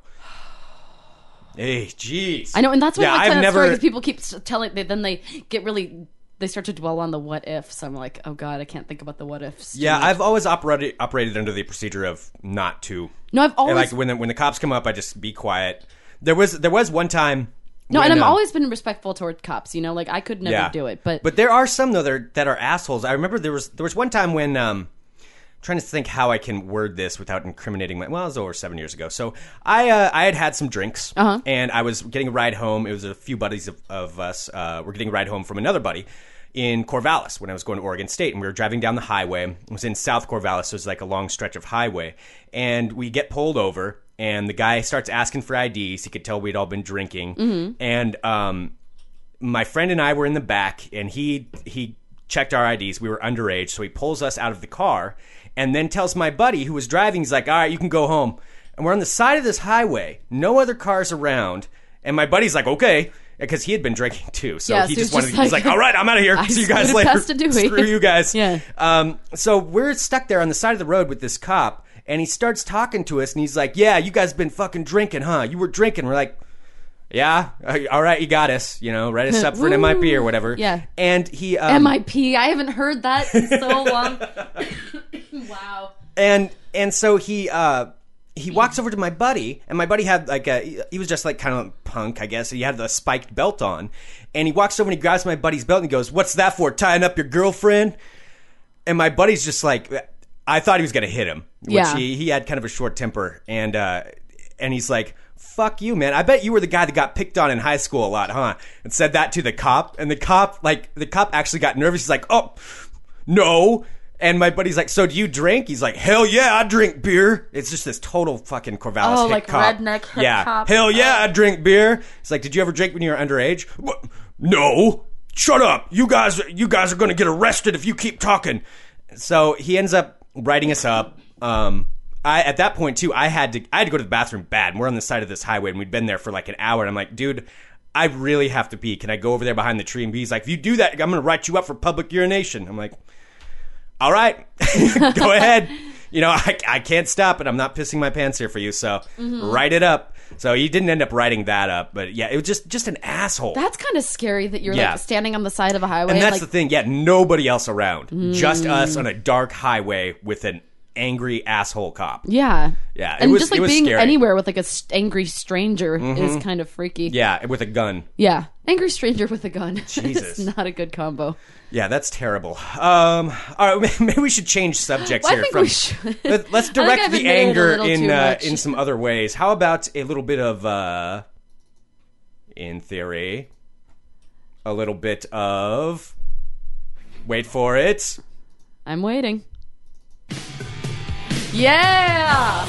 S2: Hey, jeez.
S3: I know, and that's why
S2: yeah,
S3: I like
S2: I've
S3: telling that
S2: never.
S3: story because people keep s- telling. They, then they get really. They start to dwell on the what ifs. I'm like, oh God, I can't think about the what ifs. too
S2: yeah,
S3: much.
S2: I've always operated operated under the procedure of not to.
S3: No, I've
S2: And,
S3: always-
S2: like when the, when the cops come up, I just be quiet. There was there was one time.
S3: no, and
S2: when,
S3: I've
S2: um,
S3: always been respectful toward cops. You know, like I could never do it, but
S2: but there are some though that are, that are assholes. I remember there was there was one time when um, I'm trying to think how I can word this without incriminating my. Well, it was over seven years ago. So I uh, I had had some drinks
S3: Uh-huh.
S2: and I was getting a ride home. It was a few buddies of, of us uh, were getting a ride home from another buddy in Corvallis when I was going to Oregon State, and we were driving down the highway. It was in South Corvallis, so it was like a long stretch of highway, and we get pulled over. And the guy starts asking for IDs. He could tell we'd all been drinking,
S3: Mm-hmm.
S2: and um, my friend and I were in the back, and he he checked our IDs. We were underage, so he pulls us out of the car, and then tells my buddy who was driving, he's like, "All right, you can go home." And we're on the side of this highway, no other cars around, and my buddy's like, "Okay." Because he had been drinking too, so
S3: Yeah,
S2: he
S3: so
S2: just
S3: he's
S2: wanted.
S3: just
S2: to he's
S3: like-
S2: like, "All right, I'm out of here.
S3: I
S2: See you guys
S3: screwed it
S2: later.
S3: past a Dewey."
S2: Screw you guys."
S3: Yeah.
S2: Um, so we're stuck there on the side of the road with this cop, and he starts talking to us, and he's like, "Yeah, you guys been fucking drinking, huh? You were drinking." We're like, "Yeah, uh, all right, you got us. You know, write us up for an
S3: Woo.
S2: MIP or whatever."
S3: Yeah.
S2: And he um,
S3: MIP. I haven't heard that in so long. wow.
S2: and and so he uh he walks over to my buddy and my buddy had like a he was just like kind of punk i guess he had the spiked belt on and he walks over and he grabs my buddy's belt and he goes what's that for tying up your girlfriend and my buddy's just like i thought he was gonna hit him which
S3: Yeah.
S2: he, he had kind of a short temper and uh and he's like fuck you man i bet you were the guy that got picked on in high school a lot huh and said that to the cop and the cop like the cop actually got nervous he's like oh no. And my buddy's like, so do you drink? He's like, hell yeah, I drink beer. It's just this total fucking Corvallis
S3: Oh,
S2: hick
S3: like
S2: cop.
S3: redneck hick
S2: yeah.
S3: cop.
S2: Hell yeah, I drink beer. It's like, did you ever drink when you were underage? "What? No. Shut up. You guys, you guys are gonna get arrested if you keep talking. So he ends up writing us up. Um, I at that point too, I had to, I had to go to the bathroom bad. And we're on the side of this highway, and we'd been there for like an hour. And I'm like, dude. I really have to pee. Can I go over there behind the tree and be? He's like, if you do that, I'm going to write you up for public urination. I'm like, all right, go ahead. You know, I, I can't stop it. I'm not pissing my pants here for you, so
S3: Mm-hmm.
S2: write it up. So he didn't end up writing that up, but yeah, it was just just an asshole.
S3: That's kind of scary that you're
S2: Yeah.
S3: like standing on the side of a highway.
S2: and that's
S3: like, Mm.
S2: the thing. Yeah, nobody else around, just us on a dark highway with an angry asshole cop.
S3: Yeah.
S2: Yeah, it
S3: and
S2: was-
S3: just like
S2: it was
S3: being
S2: scary. Mm-hmm.
S3: anywhere with like a st- angry stranger is kind of freaky.
S2: Yeah, with a gun.
S3: Yeah. Angry stranger with a gun.
S2: Jesus.
S3: it's not a good combo.
S2: Yeah, that's terrible. Um, all right, maybe we should change subjects
S3: Well, I
S2: here.
S3: think
S2: from,
S3: we should.
S2: Let, us
S3: I think
S2: direct
S3: I've
S2: the
S3: admitted a
S2: anger
S3: little
S2: in
S3: too
S2: uh,
S3: much.
S2: in some other ways. How about a little bit of, uh, in theory, a little bit of. Wait for it.
S3: I'm waiting. Yeah.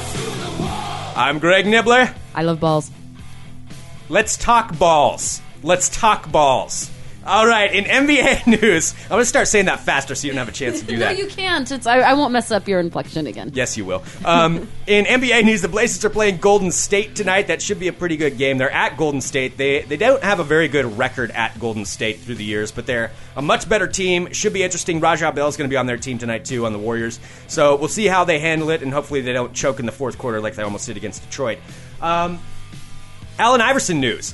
S2: I'm Greg Nibbler.
S3: I love balls.
S2: Let's talk balls. Let's talk balls. All right, in NBA news, I'm gonna start saying that faster so you don't have a chance to do
S3: No,
S2: that.
S3: you can't. It's I, I won't mess up your inflection again.
S2: Yes, you will. Um, in NBA news, the Blazers are playing Golden State tonight. That should be a pretty good game. They're at Golden State. They they don't have a very good record at Golden State through the years, but they're a much better team. Should be interesting. Rajah Bell's going to be on their team tonight too on the Warriors. So we'll see how they handle it, and hopefully they don't choke in the fourth quarter like they almost did against Detroit. Um, Allen Iverson news.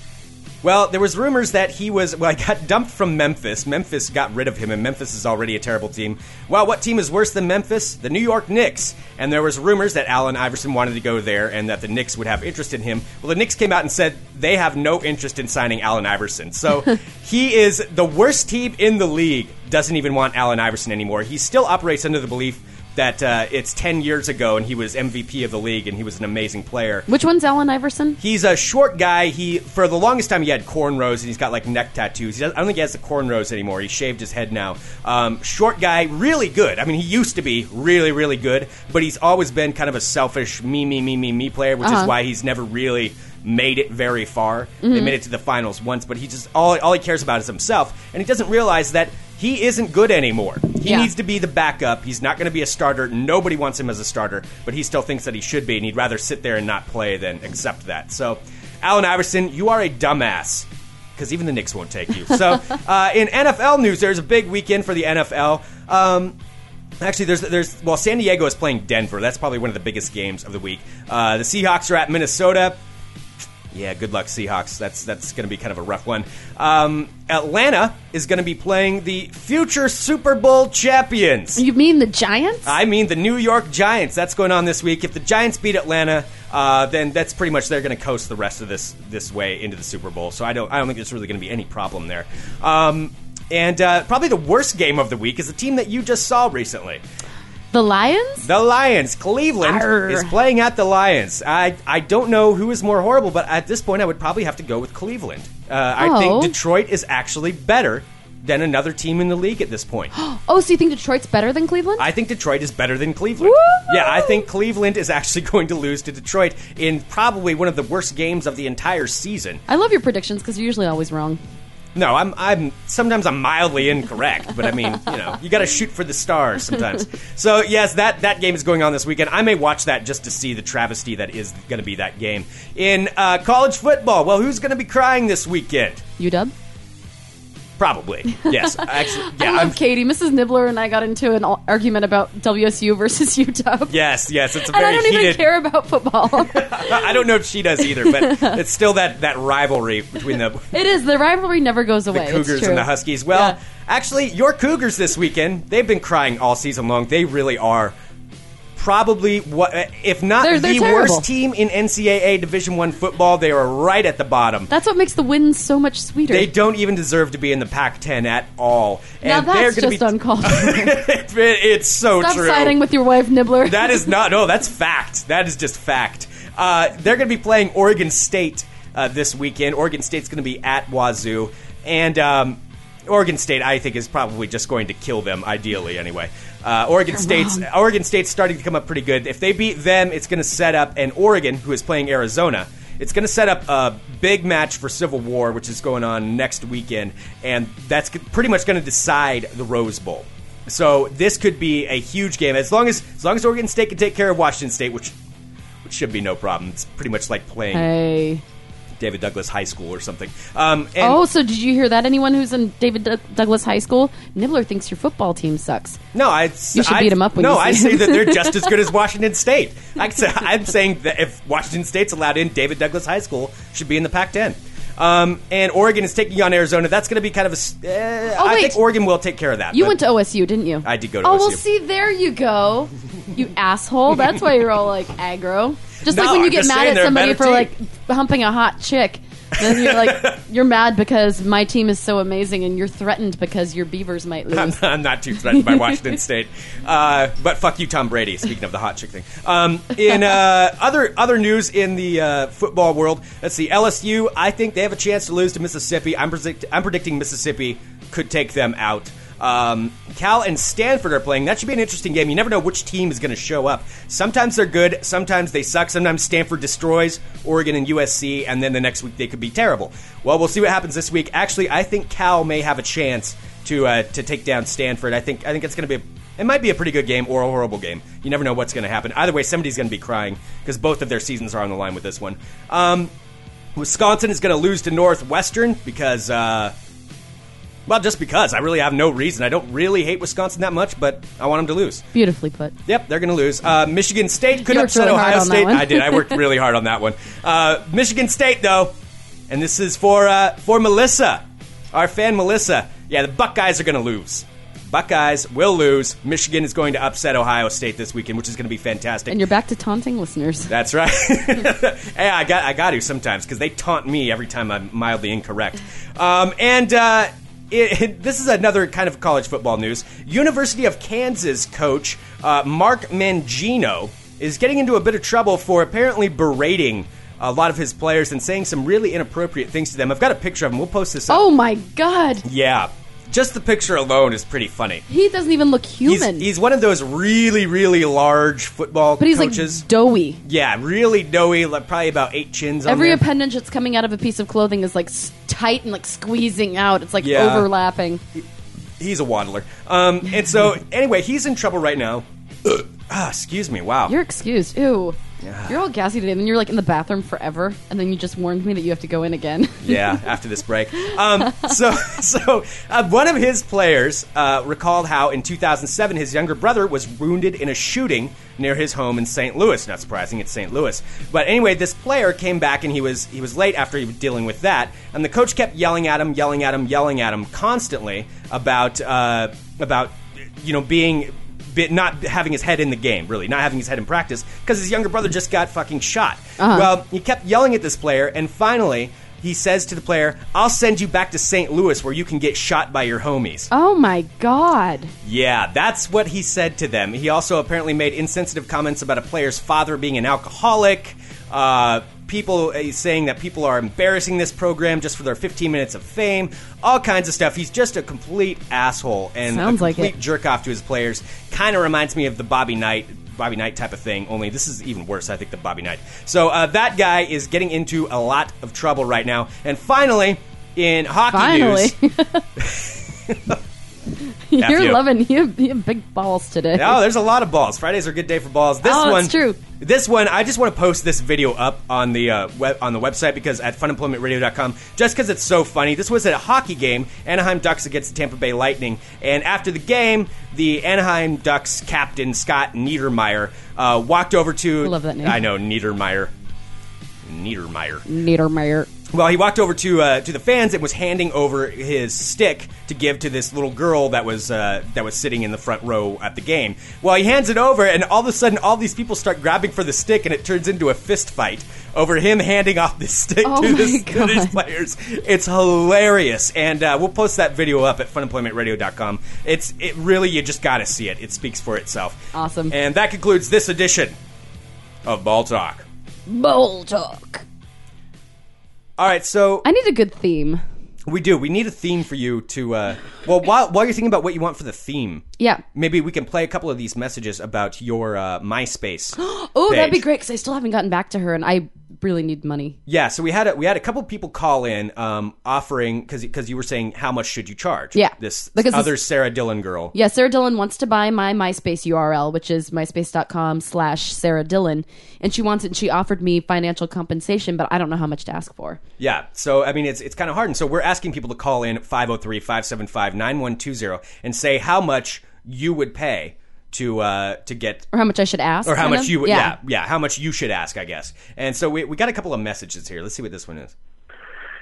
S2: Well, there was rumors that he was well, he got dumped from Memphis. Memphis got rid of him, and Memphis is already a terrible team. Well, what team is worse than Memphis? The New York Knicks. And there was rumors that Allen Iverson wanted to go there, and that the Knicks would have interest in him. Well, the Knicks came out and said they have no interest in signing Allen Iverson. So he is the worst team in the league. Doesn't even want Allen Iverson anymore. He still operates under the belief. That uh, it's 10 years ago and he was MVP of the league and he was an amazing player.
S3: Which one's Allen Iverson?
S2: He's a short guy. He for the longest time he had cornrows and he's got like neck tattoos. He does, I don't think he has the cornrows anymore. He shaved his head now. Um, short guy, really good. I mean, he used to be really, really good, but he's always been kind of a selfish me, me, me, me, me player, which is why he's never really made it very far. They made it to the finals once, but he just all all he cares about is himself, and he doesn't realize that. He isn't good anymore. He
S3: Yeah.
S2: needs to be the backup. He's not going to be a starter. Nobody wants him as a starter, but he still thinks that he should be, and he'd rather sit there and not play than accept that. So, Allen Iverson, you are a dumbass because even the Knicks won't take you. So, uh, in NFL news, there's a big weekend for the NFL. Um, Actually, there's there's well, San Diego is playing Denver. That's probably one of the biggest games of the week. Uh, the Seahawks are at Minnesota. Yeah, good luck, Seahawks. That's that's going to be kind of a rough one. Um, Atlanta is going to be playing the future Super Bowl champions.
S3: You mean the Giants?
S2: I mean the New York Giants. That's going on this week. If the Giants beat Atlanta, uh, then that's pretty much they're going to coast the rest of this this way into the Super Bowl. So I don't I don't think there's really going to be any problem there. Um, and uh, probably the worst game of the week is the team that you just saw recently.
S3: the Lions?
S2: The Lions, Cleveland
S3: Arr.
S2: is playing at the Lions. I, I don't know who is more horrible, but at this point, I would probably have to go with Cleveland. Uh, I
S3: Oh.
S2: think Detroit is actually better than another team in the league at this point.
S3: oh, so you think Detroit's better than Cleveland?
S2: I think Detroit is better than Cleveland.
S3: Woo!
S2: Yeah, I think Cleveland is actually going to lose to Detroit in probably one of the worst games of the entire season.
S3: I love your predictions because you're usually always wrong.
S2: No, I'm I'm sometimes I'm mildly incorrect, but I mean, you know, you got to shoot for the stars sometimes. so, yes, that that game is going on this weekend. I may watch that just to see the travesty that is going to be that game. In uh, college football, well, who's going to be crying this weekend?
S3: You dub?
S2: Probably. Yes, actually yeah,
S3: I love
S2: I'm-
S3: Katie. Mrs. Nibbler and I got into an al- argument about WSU versus UW.
S2: Yes, yes, it's a
S3: And
S2: very
S3: I don't even
S2: heated
S3: care about football.
S2: I don't know if she does either, but it's still that that rivalry between the
S3: it is. The rivalry never goes away.
S2: the
S3: It's
S2: Cougars
S3: true.
S2: and the Huskies. Well,
S3: Yeah.
S2: actually, your Cougars this weekend, they've been crying all season long. They really are probably what if not
S3: They're- they're
S2: the
S3: terrible.
S2: worst team in NCAA Division 1 football. They are right at the bottom.
S3: That's what makes the wins so much sweeter.
S2: they don't even deserve to be in the Pac-10 at all.
S3: now
S2: and they're
S3: that's
S2: going
S3: just
S2: to be
S3: uncalled.
S2: it's so
S3: Stop
S2: true.
S3: siding with your wife, Nibbler.
S2: That is not. No, that's fact. That is just fact. Uh, they're going to be playing Oregon State uh, this weekend. Oregon State's going to be at Wazoo, and um, Oregon State, I think, is probably just going to kill them. Ideally, anyway. Uh, Oregon State's Oregon State's starting to come up pretty good. If they beat them, it's going to set up an Oregon who is playing Arizona. It's going to set up a big match for Civil War, which is going on next weekend, and that's pretty much going to decide the Rose Bowl. So this could be a huge game as long as as long as Oregon State can take care of Washington State, which which should be no problem. It's pretty much like playing
S3: Hey.
S2: David Douglas High School or something. Um, and
S3: Oh, so did you hear that? Anyone who's in David Doug Douglas High School, Nibbler thinks your football team sucks.
S2: no, I
S3: You should
S2: I-
S3: beat 'em up when
S2: no,
S3: you
S2: I
S3: see
S2: say
S3: him.
S2: that they're just as good as Washington State. I say, I'm saying that if Washington State's allowed in, David Douglas High School should be in the Pac-10. Um, and Oregon is taking on Arizona. That's going to be kind of a. s- eh,
S3: Oh,
S2: I
S3: wait.
S2: think Oregon will take care of that.
S3: You
S2: but-
S3: went to OSU, didn't you?
S2: I did go to
S3: oh, well,
S2: OSU.
S3: see, there you go. You asshole. That's why you're all like aggro. Just
S2: No,
S3: like when you
S2: I'm
S3: get
S2: just
S3: mad
S2: saying
S3: at
S2: they're a
S3: somebody
S2: better
S3: for
S2: team.
S3: like humping a hot chick. Then you're like, you're mad because my team is so amazing, and you're threatened because your beavers might lose.
S2: I'm, I'm not too threatened by Washington State, uh, but fuck you, Tom Brady. Speaking of the hot chick thing, um, in uh, other other news in the uh, football world, let's see LSU. I think they have a chance to lose to Mississippi. I'm predict- I'm predicting Mississippi could take them out. Um, Cal and Stanford are playing. That should be an interesting game. You never know which team is going to show up. Sometimes they're good, sometimes they suck. Sometimes Stanford destroys Oregon and USC, and then the next week they could be terrible. Well, we'll see what happens this week. Actually, I think Cal may have a chance to uh, to take down Stanford. I think I think it's going to be a, it might be a pretty good game or a horrible game. You never know what's going to happen. Either way, somebody's going to be crying because both of their seasons are on the line with this one. Um, Wisconsin is going to lose to Northwestern because. Uh, well, just because I really have no reason. I don't really hate Wisconsin that much, but I want them to lose.
S3: Beautifully put.
S2: Yep, they're going to lose. Uh, Michigan State could
S3: You worked
S2: upset
S3: really hard
S2: Ohio
S3: on that
S2: State.
S3: one.
S2: I did. I worked really hard on that one. Uh, Michigan State, though, and this is for uh, for Melissa, our fan Melissa. Yeah, the Buckeyes are going to lose. Buckeyes will lose. Michigan is going to upset Ohio State this weekend, which is going to be fantastic.
S3: And you're back to taunting listeners.
S2: That's right. hey, I got I got to sometimes because they taunt me every time I'm mildly incorrect. Um, and uh, it, it- this is another kind of college football news. University of Kansas coach uh, Mark Mangino is getting into a bit of trouble for apparently berating a lot of his players and saying some really inappropriate things to them. I've got a picture of him. We'll post this. Up.
S3: Oh my god.
S2: yeah. Just the picture alone is pretty funny.
S3: He doesn't even look
S2: He's,
S3: human.
S2: he's one of those really, really large football
S3: but he's
S2: coaches.
S3: like doughy.
S2: Yeah, really doughy, like probably about eight chins on
S3: Every
S2: there.
S3: appendage that's coming out of a piece of clothing is like s- tight and like squeezing out. It's like
S2: Yeah.
S3: overlapping.
S2: he's a waddler. Um, and so, anyway, he's in trouble right now. ah, excuse me, wow.
S3: You're excused. Ew. You're all gassy today, and then you're like in the bathroom forever, and then you just warned me that you have to go in again.
S2: yeah, after this break. Um, so, so uh, one of his players uh, recalled how in 2007 his younger brother was wounded in a shooting near his home in St. Louis. Not surprising, it's St. Louis. But anyway, this player came back and he was he was late after he was dealing with that, and the coach kept yelling at him, yelling at him, yelling at him constantly about uh, about you know being bit, not having his head in the game, really, not having his head in practice, because his younger brother just got fucking shot. Well, he kept yelling at this player, and finally, he says to the player, I'll send you back to St. Louis where you can get shot by your homies.
S3: oh my god.
S2: Yeah, that's what he said to them. He also apparently made insensitive comments about a player's father being an alcoholic. Uh, people uh, saying that people are embarrassing this program just for their 15 minutes of fame. All kinds of stuff. He's just a complete asshole and
S3: Sounds
S2: a
S3: like
S2: complete
S3: it.
S2: jerk off to his players. Kind of reminds me of the Bobby Knight. Bobby Knight type of thing, only this is even worse, I think, than Bobby Knight. So uh, that guy is getting into a lot of trouble right now. And finally, in hockey
S3: Finally.
S2: news,
S3: you're
S2: you.
S3: loving you have, you have big balls today.
S2: Oh, there's a lot of balls. Fridays are a good day for balls. This
S3: Oh,
S2: one,
S3: it's true.
S2: This one, I just want to post this video up on the uh, web on the website because at funemploymentradio.com, just because it's so funny. This was at a hockey game, Anaheim Ducks against the Tampa Bay Lightning, and after the game, the Anaheim Ducks captain Scott Niedermeyer uh, walked over to.
S3: I love that name.
S2: I know Niedermeyer. Niedermeyer.
S3: Niedermeyer.
S2: Well, he walked over to uh, to the fans and was handing over his stick to give to this little girl that was uh, that was sitting in the front row at the game. Well, he hands it over, and all of a sudden, all these people start grabbing for the stick, and it turns into a fist fight over him handing off this stick
S3: Oh
S2: to,
S3: my
S2: this, to these
S3: God.
S2: players. It's hilarious, and uh, we'll post that video up at funemploymentradio.com. It's it really you just got to see it. It speaks for itself.
S3: Awesome.
S2: And that concludes this edition of Ball Talk.
S3: Bowl talk.
S2: All right, so
S3: I need a good theme.
S2: We do. We need a theme for you to. Uh, well, while while you're thinking about what you want for the theme,
S3: Yeah.
S2: maybe we can play a couple of these messages about your uh, MySpace.
S3: Oh, that'd be
S2: Paige.
S3: great because I still haven't gotten back to her, and I really need money.
S2: yeah. So we had a, we had a couple people call in um, offering because because you were saying how much should you charge?
S3: Yeah.
S2: This
S3: Because
S2: other
S3: this-
S2: Sarah Dillon girl.
S3: Yeah, Sarah Dillon wants to buy my MySpace URL, which is myspace.com slash Sarah Dillon, and she wants it. And she offered me financial compensation, but I don't know how much to ask for.
S2: Yeah. So, I mean, it's, it's kind of hard. And so we're asking people to call in oh at 503 575 9120 and say how much you would pay to uh, to get
S3: Or how much I should ask.
S2: or how
S3: kind
S2: much
S3: of?
S2: you yeah. yeah how much you should ask i guess and so we, we got a couple of messages here let's see what this one is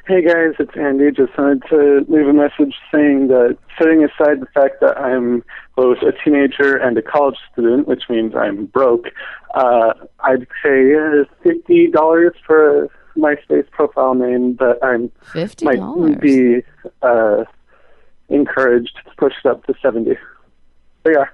S6: Hey guys, it's Andy. Just wanted to leave a message saying that setting aside the fact that I'm both a teenager and a college student, which means I'm broke, uh, I'd pay uh, fifty dollars for a MySpace profile name, but I'm
S3: $50?
S6: might be uh, encouraged to push it up to seventy. But yeah.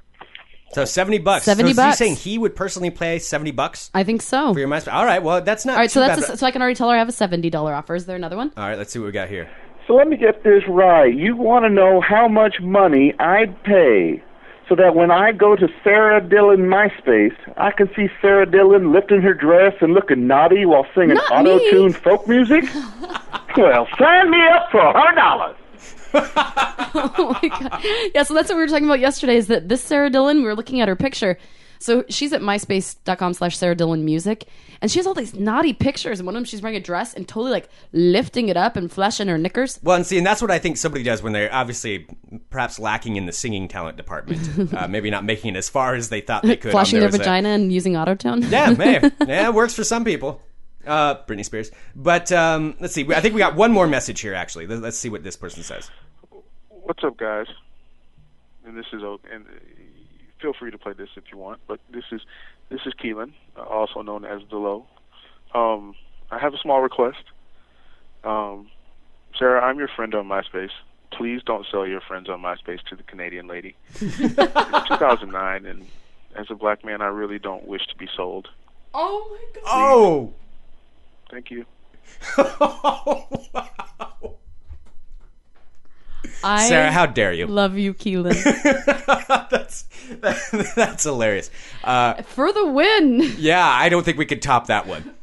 S2: so 70 bucks
S3: 70
S2: so
S3: bucks.
S2: he's saying he would personally pay 70 bucks
S3: I think so.
S2: for your MySpace. all right well that's not
S3: All right, so
S2: too
S3: that's
S2: bad,
S3: a, so I can already tell her I have a seventy dollar offer. Is there another one?
S2: but- all right let's see what we got here
S7: So let me get this right. You want to know how much money I'd pay so that when I go to Sarah Dillon MySpace, I can see Sarah Dillon lifting her dress and looking naughty while singing
S3: Not
S7: auto
S3: me.
S7: tuned folk music? well, sign me up for a $100.
S3: Oh my god! Yeah, so that's what we were talking about yesterday. Is that this Sarah Dillon? We were looking at her picture. So she's at myspace.com slash Sarah Dillon music, and she has all these naughty pictures. And one of them, she's wearing a dress and totally like lifting it up and flashing her knickers.
S2: well and see and that's what i think somebody does when they're obviously perhaps lacking in the singing talent department uh, maybe not making it as far as they thought they could on
S3: flashing their
S2: as a-
S3: vagina and using autotune.
S2: yeah man yeah it works for some people Uh, Britney Spears. But um, let's see. I think we got one more message here, actually. Let- Let's see what this person says.
S8: What's up, guys? And this is O- and uh, feel free to play this if you want. But this is this is Keelan, uh, also known as Delo. Um, I have a small request. Um, Sarah, I'm your friend on MySpace. Please don't sell your friends on MySpace to the Canadian lady. it's 2009, and as a black man, I really don't wish to be sold.
S3: Oh my god.
S2: Oh!
S8: Thank you.
S3: I
S2: Sarah, how dare you?
S3: love you, Keelan.
S2: that's, that- that's hilarious. Uh,
S3: For the win.
S2: yeah, I don't think we could top that one.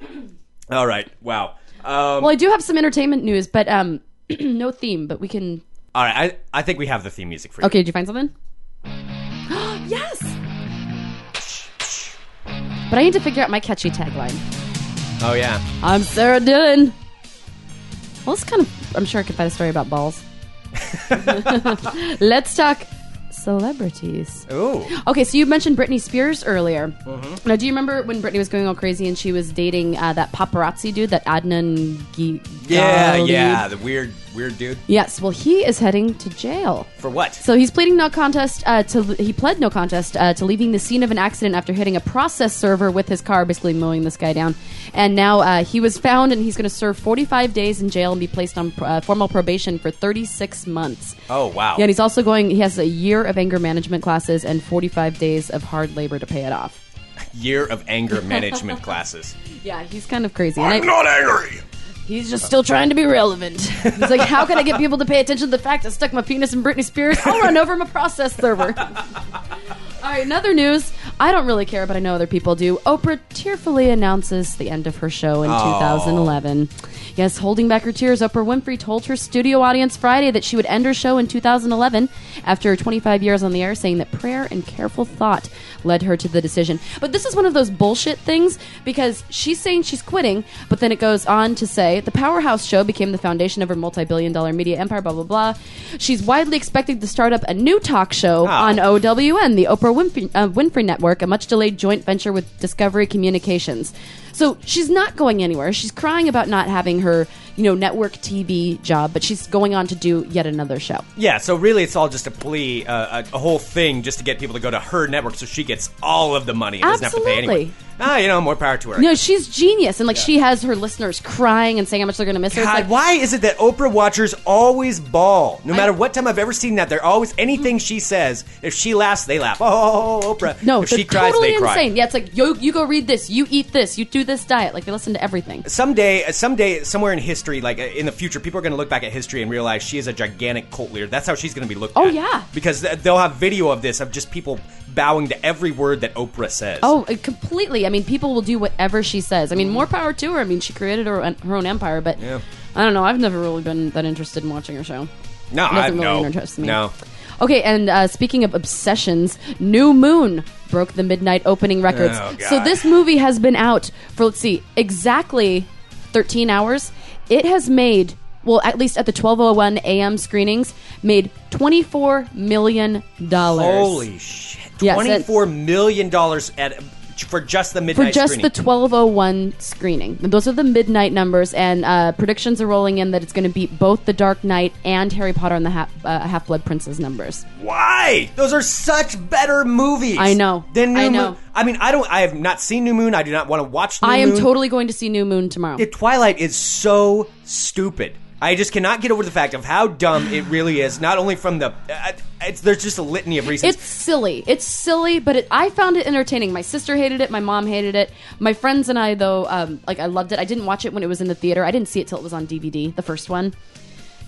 S2: All right. Wow. Um,
S3: Well, I do have some entertainment news, but um no theme, but we can
S2: all right. I, I think we have the theme music for you.
S3: Okay, did you find something? yes. But I need to figure out my catchy tagline.
S2: Oh, yeah.
S3: I'm Sarah Dillon. Well, it's kind of. I'm sure I could find a story about balls. Let's talk celebrities.
S2: Ooh.
S3: Okay, so you mentioned Britney Spears earlier.
S2: Mm-hmm.
S3: Now, do you remember when Britney was going all crazy and she was dating uh, that paparazzi dude, that Adnan G?
S2: Yeah, yeah. The weird, weird dude.
S3: Yes. Well, he is heading to jail.
S2: For what?
S3: So he's pleading no contest uh, to he pled no contest uh, to leaving the scene of an accident after hitting a process server with his car, basically mowing this guy down. And now uh, he was found, and he's going to serve 45 days in jail and be placed on uh, formal probation for 36 months.
S2: oh, wow.
S3: Yeah, and he's also going. He has a year of anger management classes and 45 days of hard labor to pay it off.
S2: Year of anger management classes.
S3: Yeah, he's kind of crazy. And I-
S5: Not angry.
S3: He's just still trying to be relevant. He's like, how can I get people to pay attention to the fact I stuck my penis in Britney Spears? I'll run over my process server. All right, another news. I don't really care, but I know other people do. Oprah tearfully announces the end of her show in 2011. Yes, holding back her tears, Oprah Winfrey told her studio audience Friday that she would end her show in 2011 after 25 years on the air, saying that prayer and careful thought led her to the decision. But this is one of those bullshit things because she's saying she's quitting, but then it goes on to say the Powerhouse show became the foundation of her multi billion dollar media empire, blah, blah, blah. She's widely expected to start up a new talk show
S2: Ah.
S3: on OWN, the Oprah Winfrey, uh, Winfrey Network, a much delayed joint venture with Discovery Communications. So she's not going anywhere. She's crying about not having her, you know, network TV job, but she's going on to do yet another show.
S2: Yeah, so really it's all just a plea, uh, a, a whole thing just to get people to go to her network so she gets all of the money and doesn't have to pay anyone.
S3: Absolutely.
S2: Ah, you know, more power to her.
S3: No, she's genius, and like she has her listeners crying and saying how much they're going to miss her. It's
S2: God,
S3: like,
S2: why is it that Oprah watchers always bawl? No matter what time I've ever seen that, they're always anything she says. If she laughs, they laugh. Oh, oh, oh, oh, Oprah.
S3: No,
S2: if
S3: they're
S2: she cries,
S3: totally
S2: they cry.
S3: insane. Yeah, it's like you you go read this, you eat this, you do this diet. Like they listen to everything.
S2: Someday, uh, someday, somewhere in history, like uh, in the future, people are going to look back at history and realize she is a gigantic cult leader. That's how she's going to be looked
S3: Oh,
S2: at.
S3: yeah.
S2: because th- they'll have video of this of just people bowing to every word that Oprah says.
S3: Oh, uh, completely. I mean, people will do whatever she says. I mean, more power to her. I mean, she created her, own- her own empire, but
S2: Yeah.
S3: I don't know. I've never really been that interested in watching her show.
S2: no,
S3: It doesn't
S2: I
S3: really
S2: no,
S3: interest me.
S2: no.
S3: Okay, and uh, speaking of obsessions, New Moon broke the midnight opening records.
S2: Oh, God.
S3: so this movie has been out for let's see, exactly 13 hours. It has made well, at least at the 12:01 a.m. screenings, made 24 million dollars.
S2: Holy shit!
S3: Yes,
S2: Twenty four million dollars at for just the
S3: for
S2: midnight
S3: just
S2: screening.
S3: the 1201 screening. And Those are the midnight numbers, and uh, predictions are rolling in that it's going to beat both The Dark Knight and Harry Potter and the ha- uh, Half Blood Prince's numbers.
S2: Why? Those are such better movies.
S3: I know.
S2: Than New
S3: I know.
S2: Moon. I mean, I don't. I have not seen New Moon. I do not want to watch. New
S3: I am
S2: Moon.
S3: totally going to see New Moon tomorrow.
S2: Yeah, Twilight is so stupid. I just cannot get over the fact of how dumb it really is. Not only from the, uh, it's, there's just a litany of reasons.
S3: it's silly. It's silly, but it, I found it entertaining. My sister hated it. My mom hated it. My friends and I, though, um, like I loved it. I didn't watch it when it was in the theater. I didn't see it till it was on DVD, the first one.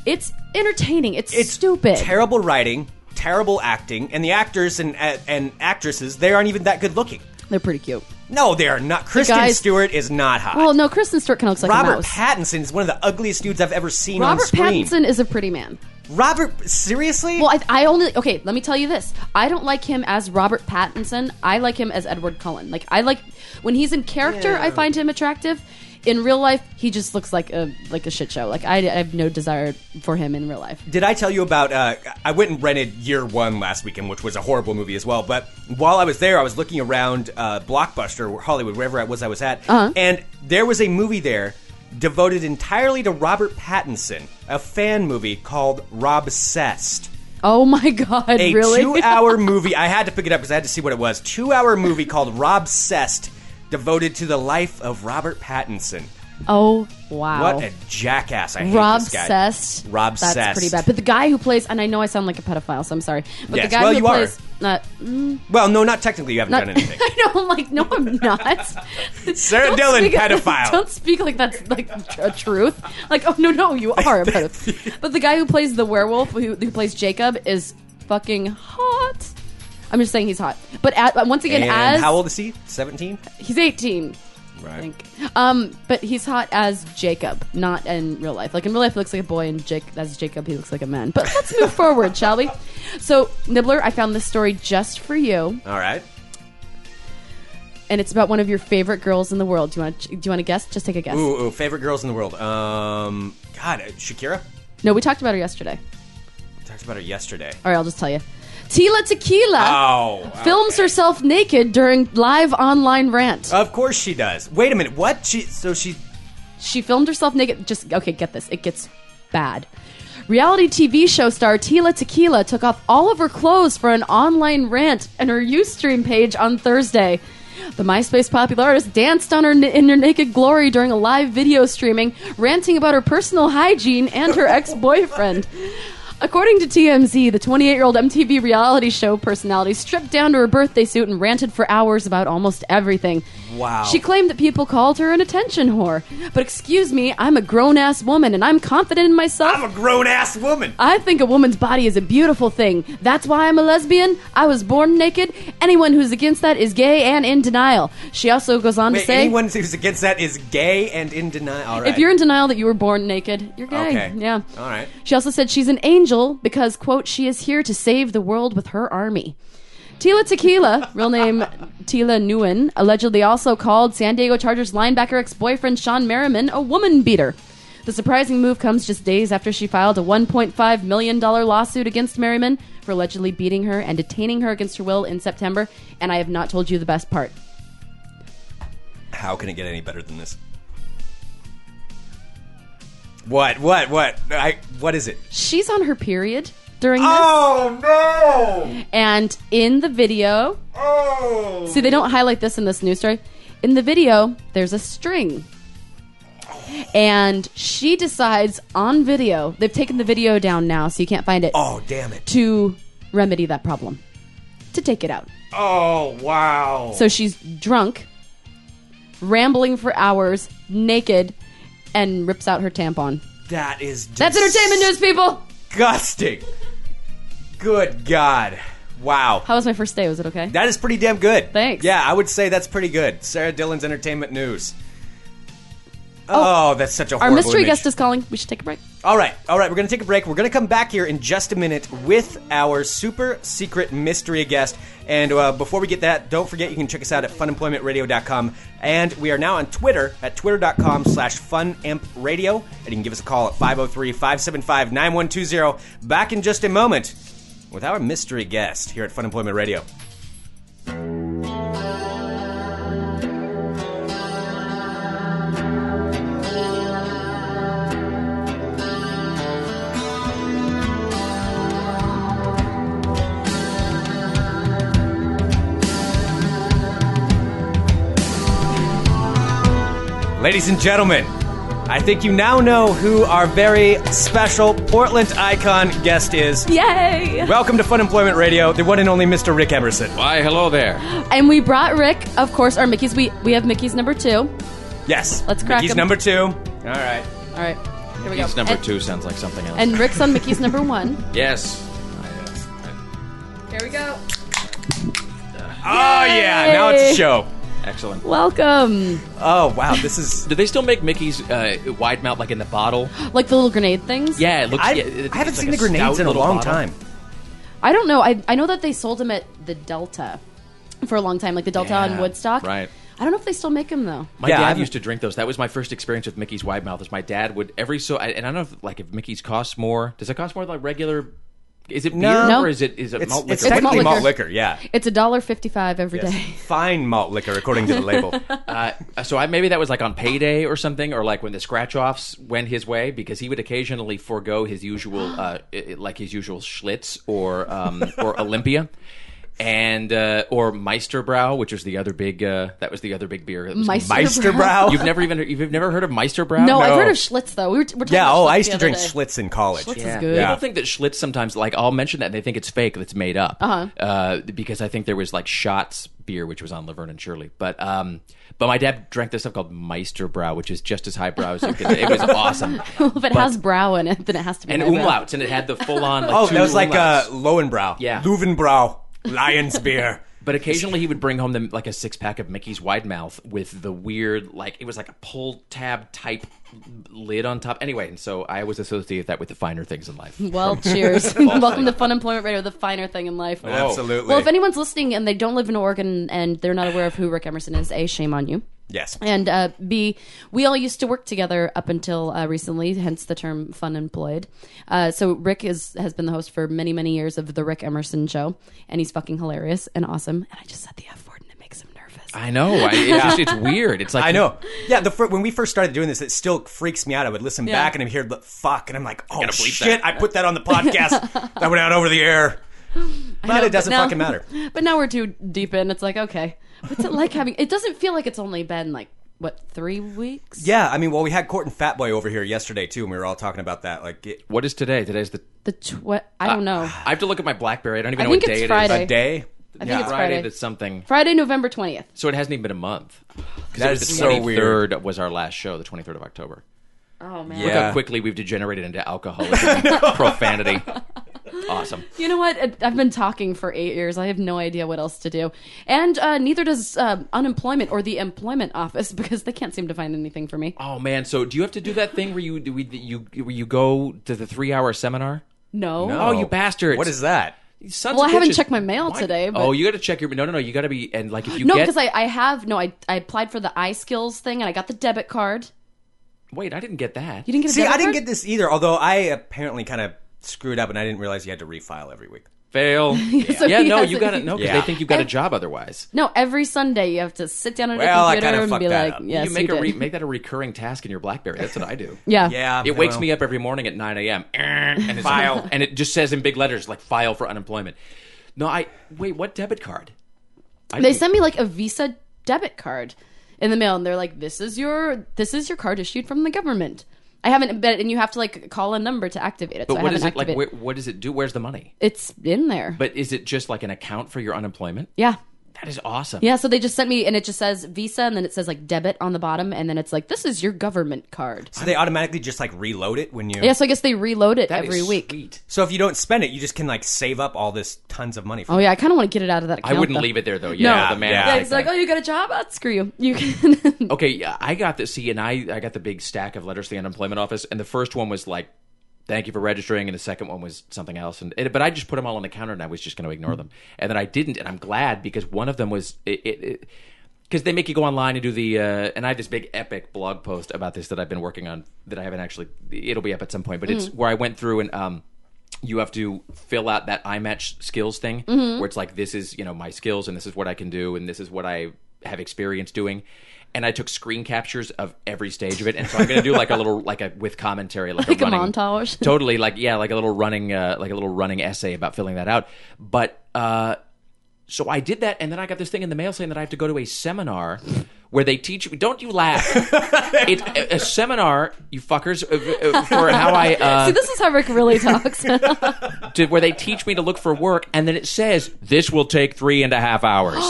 S3: It's entertaining. It's,
S2: it's
S3: stupid.
S2: terrible writing, terrible acting, and the actors and uh, and actresses they aren't even that good looking.
S3: They're pretty cute.
S2: No, they are not. Kristen
S3: guys-
S2: Stewart is not hot.
S3: Well, no, Kristen Stewart kind of looks like a
S2: Robert
S3: mouse.
S2: Pattinson is one of the ugliest dudes I've ever seen on
S3: Robert
S2: screen.
S3: Pattinson is a pretty man.
S2: Robert, seriously?
S3: Well, I, I only okay. Let me tell you this: I don't like him as Robert Pattinson. I like him as Edward Cullen. Like I like when he's in character, I find him attractive. in real life, he just looks like a like a shit show. Like I, I have no desire for him in real life.
S2: Did I tell you about? Uh, I went and rented Year One last weekend, which was a horrible movie as well. But while I was there, I was looking around uh, Blockbuster, or Hollywood, wherever I was, I was at,
S3: Uh-huh.
S2: and there was a movie there devoted entirely to Robert Pattinson, a fan movie called Rob Cest.
S3: Oh my god,
S2: A
S3: really?
S2: two-hour movie. I had to pick it up because I had to see what it was. Two-hour movie called Rob Cest, devoted to the life of Robert Pattinson.
S3: oh wow.
S2: What a jackass! I hate
S3: Rob
S2: this guy.
S3: Sest.
S2: Rob
S3: That's
S2: Sest.
S3: pretty bad. But the guy who plays, and I know I sound like a pedophile, so I'm sorry. But
S2: Yes.
S3: the guy
S2: Well,
S3: who
S2: you are.
S3: plays, uh, not,
S2: Well, no, not technically. You haven't
S3: not
S2: done anything.
S3: I know. I'm like, no, I'm not.
S2: Sarah
S3: Don't
S2: Dillon,
S3: speak-
S2: pedophile.
S3: Don't speak like that's like a truth. Like, oh no, no, you are a pedophile. but the guy who plays the werewolf, who, who plays Jacob, is fucking hot. I'm just saying he's hot. But at, but once again,
S2: and
S3: as
S2: how old is he? Seventeen.
S3: he's 18. I
S2: Right.
S3: think. Um, but he's hot as Jacob, not in real life. Like in real life, he looks like a boy, and Jake as Jacob, he looks like a man. But let's move forward, shall we? So, Nibbler, I found this story just for you,
S2: All right.
S3: and it's about one of your favorite girls in the world. Do you want? Do you want to guess? Just take a guess.
S2: Ooh, ooh, favorite girls in the world. Um, God, uh, Shakira.
S3: No, we talked about her yesterday.
S2: We talked about her yesterday.
S3: All right, I'll just tell you. Tila Tequila
S2: Oh,
S3: films herself naked during live online rant.
S2: of course she does. Wait a minute. What? She? So she?
S3: She filmed herself naked. Just okay, get this. It gets bad. Reality TV show star Tila Tequila took off all of her clothes for an online rant and her Ustream page on Thursday. The MySpace popular artist danced on her n- in her naked glory during a live video streaming, ranting about her personal hygiene and her ex-boyfriend. According to TMZ, the 28 year old MTV reality show personality stripped down to her birthday suit and ranted for hours about almost everything.
S2: Wow.
S3: She claimed that people called her an attention whore. But excuse me, I'm a grown ass woman and I'm confident in myself.
S2: I'm a grown ass woman.
S3: I think a woman's body is a beautiful thing. That's why I'm a lesbian. I was born naked. Anyone who's against that is gay and in denial. She also goes on to
S2: Wait,
S3: say
S2: anyone who's against that is gay and in denial. All right.
S3: if you're in denial that you were born naked, you're gay.
S2: Okay.
S3: Yeah.
S2: All right.
S3: She also said she's an angel because, quote, she is here to save the world with her army. Tila Tequila, real name Tila Nguyen, allegedly also called San Diego Chargers linebacker ex boyfriend Sean Merriman a woman beater. The surprising move comes just days after she filed a $1.5 million lawsuit against Merriman for allegedly beating her and detaining her against her will in September. And I have not told you the best part.
S2: How can it get any better than this? What? What? What? I. What is it?
S3: She's on her period during this.
S2: Oh no!
S3: And in the video,
S2: Oh.
S3: see, they don't highlight this in this news story. In the video, there's a string. And she decides on video, they've taken the video down now, so you can't find it,
S2: Oh damn it!
S3: to remedy that problem, to take it out.
S2: Oh wow!
S3: So she's drunk, rambling for hours, naked, and rips out her tampon.
S2: that is. Dis-
S3: That's entertainment news, people!
S2: Disgusting. Good God! Wow.
S3: How was my first day? Was it okay?
S2: That is pretty damn good.
S3: Thanks.
S2: Yeah, I would say that's pretty good. Sarah Dillon's entertainment news. Oh, that's such a
S3: Our
S2: horrible
S3: mystery
S2: image.
S3: guest is calling. We should take a break.
S2: All right, all right, we're going to take a break. We're going to come back here in just a minute with our super secret mystery guest. And uh, before we get that, don't forget you can check us out at funemploymentradio.com. And we are now on Twitter at twitter.com slash funampradio. And you can give us a call at 503 575 9120. Back in just a moment with our mystery guest here at Fun Employment Radio. Ladies and gentlemen, I think you now know who our very special Portland icon guest is.
S3: Yay!
S2: Welcome to Fun Employment Radio, the one and only Mr. Rick Emerson.
S9: Why, hello there.
S3: And we brought Rick, of course, our Mickey's. We we have Mickey's number two.
S2: Yes.
S3: Let's crack
S2: He's
S3: him.
S2: number two. All right.
S3: All right, here we
S9: He's
S3: go.
S9: number
S3: and,
S9: two sounds like something else.
S3: And Rick's on Mickey's number one.
S9: yes.
S3: Here we go.
S2: Oh, yeah. Now it's a show.
S9: Excellent.
S3: Welcome.
S2: Oh, wow. This is.
S9: Do they still make Mickey's uh, wide mouth like in the bottle?
S3: Like the little grenade things.
S9: Yeah, it looks.
S2: I,
S9: yeah, it-
S2: I haven't
S9: it's
S2: seen
S9: like
S2: the grenades
S9: stout
S2: in a
S9: little
S2: long
S9: bottle.
S2: time.
S3: I don't know. I I know that they sold them at the Delta for a long time, like the Delta
S9: Yeah,
S3: on Woodstock.
S9: right.
S3: I don't know if they still make them though.
S9: My
S2: Yeah,
S9: dad
S2: I've-
S9: used to drink those. That was my first experience with Mickey's Wide Mouth. Is my dad would every so, I- and I don't know if like if Mickey's costs more. Does it cost more than like regular? Is it beer
S2: No.
S9: or is it is it
S2: It's,
S9: malt liquor?
S2: it's technically
S3: It's malt
S2: malt liquor, yeah.
S3: It's a dollar fifty-five every day.
S2: Yes. Fine malt liquor, according to the label.
S9: Uh, so I maybe that was like on payday or something, or like when the scratch offs went his way because he would occasionally forego his usual, uh, i- i- like his usual Schlitz or um, or Olympia. And uh, or Meisterbrow, which was the other big uh, that was the other big beer. That was
S2: Meisterbrow?
S9: You've never even you've never heard of Meisterbrow?
S3: No, I've
S2: No.
S3: heard of Schlitz though. We were, we're talking
S2: yeah,
S3: about
S2: oh,
S3: Schlitz
S2: I used
S3: the
S2: to
S3: other
S2: drink
S3: day.
S2: Schlitz in college.
S3: Schlitz
S2: yeah.
S3: is good.
S9: People think that Schlitz sometimes, like I'll mention that, and they think it's fake. That's made up. uh because I think there was like Shots beer, which was on Laverne and Shirley. But um, but my dad drank this stuff called Meisterbrow, which is just as highbrow as you could. It was awesome.
S3: Well, if it has brow in it, then it has to be.
S9: And
S3: my bad.
S9: umlauts, and it had the full on. Like,
S2: Oh,
S9: two
S2: that was like uh,
S9: umlauts.
S2: Lowenbrow.
S9: Yeah.
S2: Leuvenbrow. Lion's beer.
S9: But occasionally he would bring home them like a six pack of Mickey's Wide Mouth with the weird, like it was like a pull tab type lid on top. Anyway, and so I always associate that with the finer things in
S2: Hmm.
S9: life.
S3: Well, cheers. Welcome to Fun Employment Radio, the finer thing in life.
S2: Oh. Absolutely.
S3: Well, if anyone's listening and they don't live in Oregon and they're not aware of who Rick Emerson is, A, shame on you.
S2: yes.
S3: And uh, B, we all used to work together up until uh, recently, hence the term fun employed. Uh, so Rick is, has been the host for many, many years of The Rick Emerson Show, and he's fucking hilarious and awesome. And I just said the F word and it makes him nervous.
S9: I know. I, it's, just, it's weird. It's like
S2: I know. Yeah, the fir- when we first started doing this, it still freaks me out. I would listen
S3: Yeah.
S2: back and I'd hear the fuck, and I'm like, oh
S9: gotta bleep
S2: shit,
S9: that.
S2: I put that on the podcast. that went out over the air. But
S3: know,
S2: it doesn't
S3: now-
S2: fucking matter.
S3: But now we're too deep in. It's like, okay, what's it like having? It doesn't feel like it's only been like what three weeks.
S2: Yeah, I mean, well, we had Court and Fatboy over here yesterday too, and we were all talking about that. Like, it,
S9: what is today? Today's the
S3: The tw- I don't know.
S9: I have to look at my BlackBerry. I don't even
S3: I
S9: know what
S3: think
S9: day
S3: it's
S9: it is.
S3: Friday.
S2: a day.
S3: I think
S2: yeah.
S3: it's
S9: Friday
S3: Friday.
S9: to something.
S3: Friday, November twentieth.
S9: So it hasn't even been a month. 'Cause
S2: That
S9: it was
S2: is
S9: the
S2: so weird.
S9: 23rd was our last show, the 23rd of October.
S3: Oh man.
S9: Look
S2: Yeah.
S9: how quickly we've degenerated into alcoholism, and profanity. Awesome.
S3: You know what? I- I've been talking for eight years. I have no idea what else to do, and uh, neither does uh, unemployment or the employment office because they can't seem to find anything for me.
S9: Oh man, so do you have to do that thing where you do we, you where you go to the three hour seminar?
S3: No.
S9: Oh, you bastards!
S2: What is that?
S9: You sons
S3: Well,
S9: of
S3: I haven't
S9: bitches.
S3: checked my mail
S9: Why-
S3: today, but-
S9: Oh, you got to check your no, no, no. You got to be and like if you
S3: No,
S9: get
S3: because I, I have no. I, I applied for the iSkills thing and I got the debit card.
S9: wait, I didn't get that.
S3: You didn't get a
S2: See,
S3: debit
S2: I didn't
S3: card?
S2: get this either. Although I apparently kind of screwed up, and I didn't realize you had to refile every week.
S9: fail. yeah,
S3: So he
S9: no,
S3: has
S9: you
S3: it.
S9: got to no because
S2: Yeah.
S9: they think you've got a job otherwise.
S3: No, every Sunday you have to sit down at
S2: Well, I
S3: a computer
S2: kinda
S3: and
S2: fucked
S3: be
S2: that
S3: like,
S2: up.
S3: "Yes,
S9: you make
S3: you
S9: a
S3: did."
S9: re- make that a recurring task in your BlackBerry. That's what I do.
S3: yeah,
S2: Yeah,
S9: It wakes
S2: well,
S9: me up every morning at 9 a.m. and it's
S2: File.
S9: and it just says in big letters like file for unemployment. No, I wait. What debit card? I,
S3: They sent me like a Visa debit card in the mail, and they're like, "This is your this is your card issued from the government." I haven't, but and you have to like call a number to activate it.
S9: But
S3: so I
S9: what
S3: haven't
S9: is it like?
S3: activated.
S9: Where, what does it do? Where's the money?
S3: it's in there.
S9: But is it just like an account for your unemployment?
S3: yeah,
S9: That is awesome.
S3: yeah. So they just sent me, and it just says Visa, and then it says like debit on the bottom, and then it's like, "This is your government card."
S2: So they automatically just like reload it when you.
S3: Yeah, so I guess they reload it
S9: That
S3: every
S9: is
S3: week.
S9: Sweet.
S2: So if you don't spend it, you just can like save up all this tons of money. For
S3: Oh yeah, I kind of want to get it out of that.
S9: I
S3: Account,
S9: wouldn't
S3: though.
S9: leave it there though. Yeah,
S2: No.
S9: the man.
S2: Yeah.
S9: would
S3: Yeah,
S9: take
S3: it's like,
S9: that. Oh,
S3: oh, you got a job? Ah, screw you. You can.
S9: Okay, yeah, I got the see, and I I got the big stack of letters to the unemployment office, and the first one was like, "Thank you for registering," and the second one was something else, and it, but I just put them all on the counter, and I was just going to ignore them, and then I didn't, and I'm glad because one of them was it. it, it because they make you go online and do the, uh, and I have this big epic blog post about this that I've been working on that I haven't actually. It'll be up at some point, but it's where I went through and um, you have to fill out that iMatch skills thing where it's like this is you know my skills and this is what I can do and this is what I have experience doing. And I took screen captures of every stage of it, and so I'm going to do like a little like a with commentary like,
S3: Like a
S9: running-
S3: montage.
S9: totally like yeah like a little running uh, like a little running essay about filling that out. But uh, so I did that, and then I got this thing in the mail saying that I have to go to a seminar. Where they teach me, don't you laugh? it's a, a seminar, you fuckers, uh, uh, for how I uh,
S3: See, this is how Rick really talks.
S9: to where they teach me to look for work, and then it says this will take three and a half hours.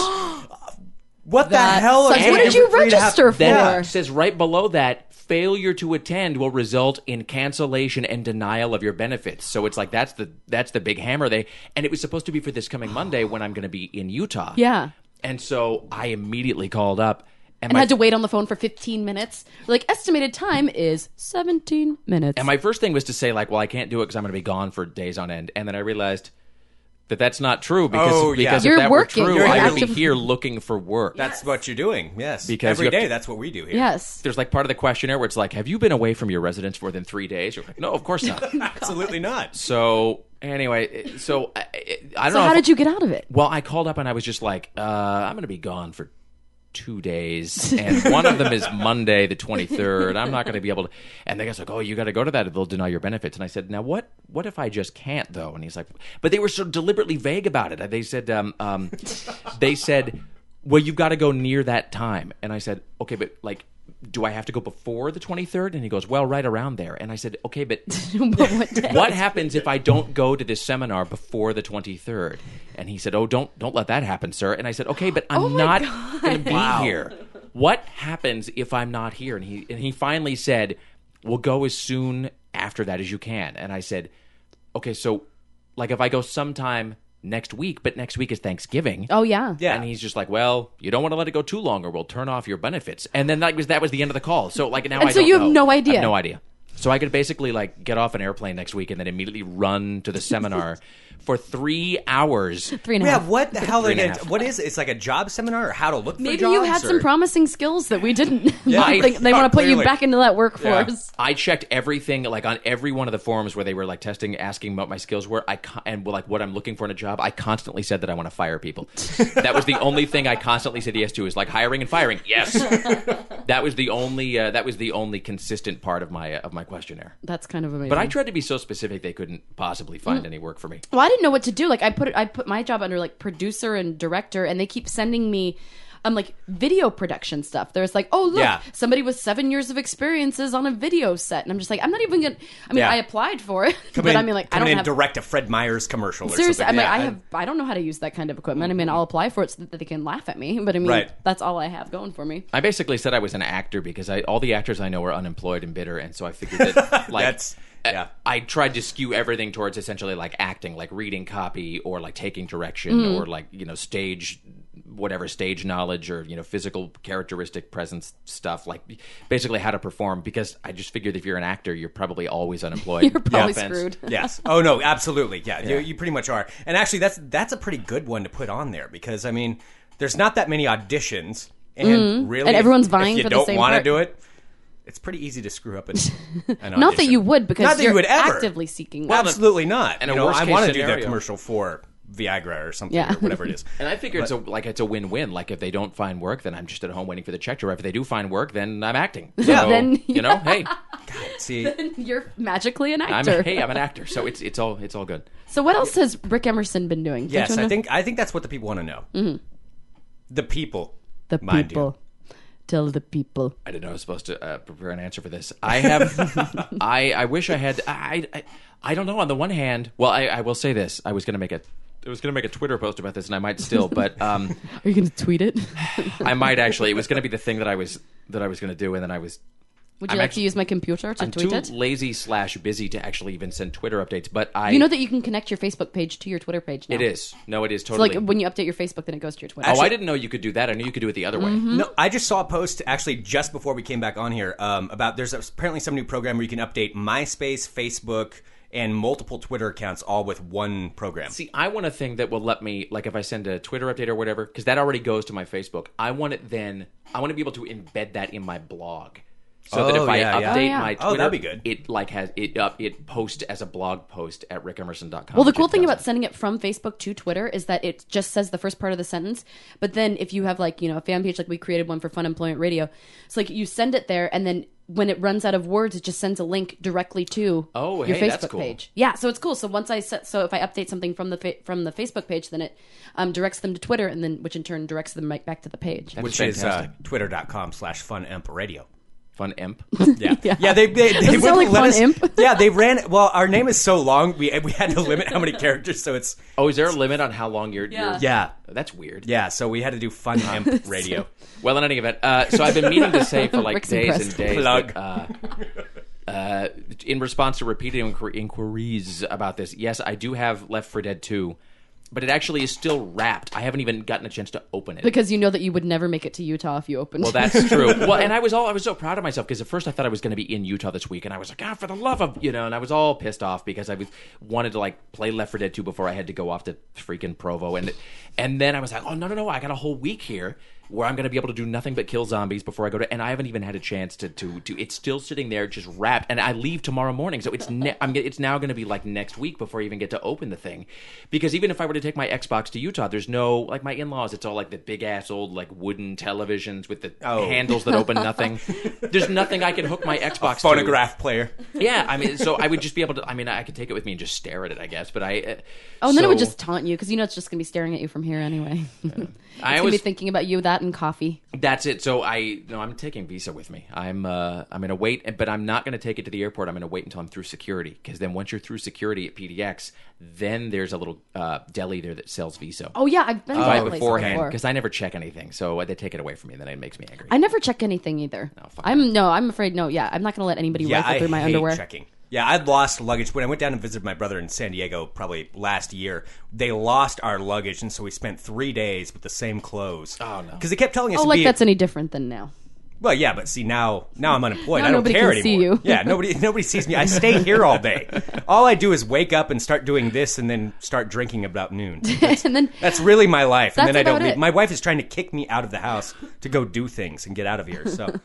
S2: What
S3: That
S2: the hell?
S3: sucks.
S2: am I
S3: What did
S2: doing
S3: you
S2: for three and a half-
S3: register for?
S9: then
S3: Yeah.
S9: it says right below that failure to attend will result in cancellation and denial of your benefits. So it's like that's the that's the big hammer they and it was supposed to be for this coming Monday when I'm going to be in Utah.
S3: Yeah.
S9: and so I immediately called up and,
S3: and
S9: my
S3: had to wait on the phone for 15 minutes. Like estimated time is 17 minutes.
S9: And my first thing was to say like, well, I can't do it because I'm going to be gone for days on end. And then I realized that that's not true because
S2: Oh, yeah.
S9: because
S3: You're
S9: if that
S3: working.
S9: were true,
S3: You're
S9: I would be
S3: actively-
S9: here looking for work.
S2: That's what you're doing. Yes.
S9: Because
S2: every
S9: you have
S2: day,
S9: to-
S2: that's what we do here.
S3: Yes.
S9: There's like part of the questionnaire where it's like, have you been away from your residence for more than three days? You're like, no, of course not.
S2: Absolutely not.
S9: so anyway, so I, I don't
S3: So
S9: know.
S3: how
S9: if-
S3: did you get out of it?
S9: Well, I called up and I was just like, uh, I'm going to be gone for two days, and one of them is Monday, the 23rd. I'm not going to be able to. And the guy's like, Oh, you got to go to that. They'll deny your benefits. And I said, Now what? What if I just can't though? And he's like, But they were so deliberately vague about it. They said, um, um, They said, Well, you've got to go near that time. And I said, Okay, but like. Do I have to go before the 23rd? And he goes, Well, right around there. And I said, Okay, but
S3: But what day?
S9: what happens if I don't go to this seminar before the 23rd? And he said, "Oh, don't don't let that happen, sir." And I said, "Okay, but I'm
S3: my
S9: not going to be here. What happens if I'm not here?" And he and he finally said, "We'll go as soon after that as you can." And I said, "Okay, so like if I go sometime next week, but next week is Thanksgiving."
S3: Oh yeah.
S2: Yeah.
S9: And he's just like, "Well, you don't want to let it go too long, or we'll turn off your benefits." And then that was that was the end of the call. So like now,
S3: And
S9: I
S3: so
S9: don't
S3: you have
S9: know.
S3: no
S9: I
S3: idea.
S9: no idea. So I could basically like get off an airplane next week and then immediately run to the seminar for three hours.
S3: Three and a
S2: Yeah,
S3: half.
S2: what the hell are
S9: Three and a
S2: they
S9: half.
S2: What is it? It's like a job seminar or how to look for
S3: Maybe
S2: jobs?
S3: you had some
S2: or-
S3: promising skills that we didn't.
S2: Yeah.
S3: I think they want to put you
S2: Clearly.
S3: back into that workforce.
S9: I checked everything, like on every one of the forums where they were like testing, asking what my skills were, I con- and like what I'm looking for in a job. I constantly said that I want to fire people. that was the only thing I constantly said yes to is like hiring and firing. Yes, that was the only uh, that was the only consistent part of my uh, of my questionnaire.
S3: That's kind of amazing.
S9: But I tried to be so specific they couldn't possibly find
S3: Hmm.
S9: any work for me.
S3: well, I didn't know what to do. Like I put it, I put my job under like producer and director, and they keep sending me. Um, like video production stuff. There's like, oh look,
S2: Yeah.
S3: somebody with seven years of experiences on a video set, and I'm just like, I'm not even gonna. I mean,
S2: Yeah.
S3: I applied for it,
S2: Coming
S3: but
S2: in,
S3: I mean, like, I
S2: coming
S3: don't
S2: in
S3: have
S2: direct a Fred Meyers commercial.
S3: seriously.
S2: or something.
S3: I'm like,
S2: Yeah,
S3: I have, I don't know how to use that kind of equipment. I mean, I'll apply for it so that they can laugh at me. But I mean,
S2: Right.
S3: that's all I have going for me.
S9: I basically said I was an actor because I all the actors I know are unemployed and bitter, and so I figured that like
S2: That's-
S9: I-
S2: yeah.
S9: I tried to skew everything towards essentially like acting, like reading copy or like taking direction
S3: Hmm.
S9: or like you know stage whatever stage knowledge or you know physical characteristic presence stuff like basically how to perform because I just figured if you're an actor you're probably always unemployed.
S3: You're probably
S9: offense.
S3: screwed.
S2: Yes. Oh no, absolutely. Yeah, You, you pretty much are. And actually, that's that's a pretty good one to put on there because I mean, there's not that many auditions, and really,
S3: Mm-hmm. And
S2: if-
S3: everyone's
S2: if
S3: vying
S2: you
S3: for the
S2: don't
S3: same
S2: wanna
S3: part.
S2: do it. It's pretty easy to screw up an, an
S3: Not that
S2: audition.
S3: you would, because
S2: Not that
S3: you're
S2: you would ever.
S3: actively seeking.
S2: Well,
S3: that.
S2: absolutely not.
S9: and
S2: you
S9: a
S2: know, I
S9: worst-case
S2: want to do that
S9: scenario.
S2: commercial for Viagra or something
S3: Yeah.
S2: or whatever it is.
S9: And I figure it's a, like it's a win-win. Like if they don't find work, then I'm just at home waiting for the check to arrive. If they do find work, then I'm acting.
S2: Yeah.
S9: So,
S3: Then-
S9: you know, hey,
S2: See,
S3: You're magically an
S9: I'm
S3: actor.
S9: hey, I'm an actor, so it's it's all it's all good.
S3: So what else has Rick Emerson been doing? Don't you
S2: yes,
S3: Mm-hmm.
S2: I
S3: wanna-
S2: think I think that's what the people want to know. The people.
S3: the
S2: mind you.
S3: people. Tell the people.
S9: I didn't know I was supposed to uh, prepare an answer for this. I have, I, I wish I had. I, I, I don't know. On the one hand, well, I, I will say this. I was going to make a, I was going to make a Twitter post about this, and I might still, but um,
S3: Are you going to tweet it?
S9: I might actually. It was going to be the thing that I was that I was going to do, and then I was
S3: Would you
S9: I'm
S3: like
S9: actually-
S3: to use my computer to
S9: I'm
S3: tweet
S9: too
S3: it?
S9: lazy slash busy to actually even send Twitter updates. But I,
S3: you know that you can connect your Facebook page to your Twitter page now.
S9: it is. No, it is
S3: So
S9: totally.
S3: like when you update your Facebook, then it goes to your Twitter.
S9: oh, I didn't know you could do that. I knew you could do it the other
S3: Mm-hmm.
S9: way.
S2: No, I just saw a post actually just before we came back on here um, about there's apparently some new program where you can update MySpace, Facebook, and multiple Twitter accounts all with one program.
S9: See, I want a thing that will let me, like, if I send a Twitter update or whatever, because that already goes to my Facebook. I want it then. I want to be able to embed that in my blog, so that
S2: Oh,
S9: if I
S2: yeah,
S9: update
S2: yeah.
S3: Oh, yeah.
S9: my
S2: Oh,
S9: Twitter,
S2: that'd be good.
S9: It like has it up. It posts as a blog post at rickemerson.com.
S3: Well, the
S9: which
S3: cool
S9: it
S3: thing
S9: does.
S3: about sending it from Facebook to Twitter is that it just says the first part of the sentence. But then if you have like, you know, a fan page, like we created one for Fun Employment Radio. So like you send it there and then when it runs out of words, it just sends a link directly to
S9: Oh,
S3: your
S9: hey,
S3: Facebook
S9: that's cool.
S3: page. Yeah, so it's cool. So once I set, so if I update something from the fa- from the Facebook page, then it um, directs them to Twitter, and then which in turn directs them right back to the page.
S2: which
S9: That's
S2: is uh,
S9: fantastic.
S2: twitter.com slash funempradio.
S9: fun imp.
S2: Yeah. yeah, They they, they
S3: Doesn't sound
S2: wouldn't
S3: like
S2: let us.
S3: Fun Imp.
S2: Yeah, they ran. Well, our name is so long, we we had to limit how many characters. So it's
S9: oh, is there a limit on how long you're?
S3: Yeah.
S9: you're
S2: yeah,
S9: that's weird.
S2: yeah. So we had to do Fun Imp Radio.
S9: Well, in any event, uh, so I've been meaning to say for like
S3: Rick's
S9: days
S3: impressed.
S9: and days.
S2: Plug.
S9: That, uh, uh, in response to repeated inquir- inquiries about this, yes, I do have Left for Dead 2 but it actually is still wrapped. I haven't even gotten a chance to open it.
S3: because you know that you would never make it to Utah if you opened.
S9: Well, that's true. well, and I was all I was so proud of myself because at first I thought I was going to be in Utah this week, and I was like, ah, for the love of you know, and I was all pissed off because I was wanted to like play Left 4 Dead 2 before I had to go off to freaking Provo, and and then I was like, oh no no no, I got a whole week here where I'm going to be able to do nothing but kill zombies before I go to, and I haven't even had a chance to to to. It's still sitting there just wrapped, and I leave tomorrow morning, so it's ne- I'm it's now going to be like next week before I even get to open the thing, because even if I were to take my Xbox to Utah, there's no like my in laws, it's all like the big ass old like wooden televisions with the
S2: Oh.
S9: handles that open nothing. There's nothing I can hook my Xbox to.
S2: Phonograph player.
S9: Yeah, I mean, so I would just be able to. I mean, I could take it with me and just stare at it, I guess. But I. Uh,
S3: oh, and then it would
S9: so
S3: just taunt you because you know it's just gonna be staring at you from here anyway. it's
S9: I
S3: gonna be
S9: always.
S3: thinking about you that and coffee.
S9: that's it. So I no, I'm taking Visa with me. I'm uh, I'm gonna wait, but I'm not gonna take it to the airport. I'm gonna wait until I'm through security, because then once you're through security at PDX, then there's a little uh, deli there that sells Visa.
S3: Oh yeah, I've been to
S9: Buy
S3: that
S9: it
S3: place
S9: Uh, beforehand
S3: before.
S9: because I never check anything, so uh, they take it away from me, and then it makes me angry.
S3: I never check anything either.
S9: fuck
S3: I'm no, I'm afraid no. Yeah, I'm not gonna let anybody
S2: Yeah,
S3: rifle
S2: I
S3: through my
S2: hate
S3: underwear.
S2: checking. Yeah, I'd lost luggage when I went down and visited my brother in San Diego probably last year. They lost our luggage, and so we spent three days with the same clothes. Oh no! Because they kept telling us,
S3: Oh,
S2: to
S3: like
S2: be-
S3: that's any different than now.
S2: Well, yeah, but see now, now I'm unemployed.
S3: Now
S2: I don't
S3: nobody
S2: care
S3: can see
S2: anymore.
S3: you.
S2: yeah, nobody, nobody sees me. I stay here all day. All I do is wake up and start doing this, and then start drinking about noon.
S3: and then
S2: That's really my life. and
S3: That's
S2: then I don't
S3: about
S2: leave.
S3: it.
S2: My wife is trying to kick me out of the house to go do things and get out of here. So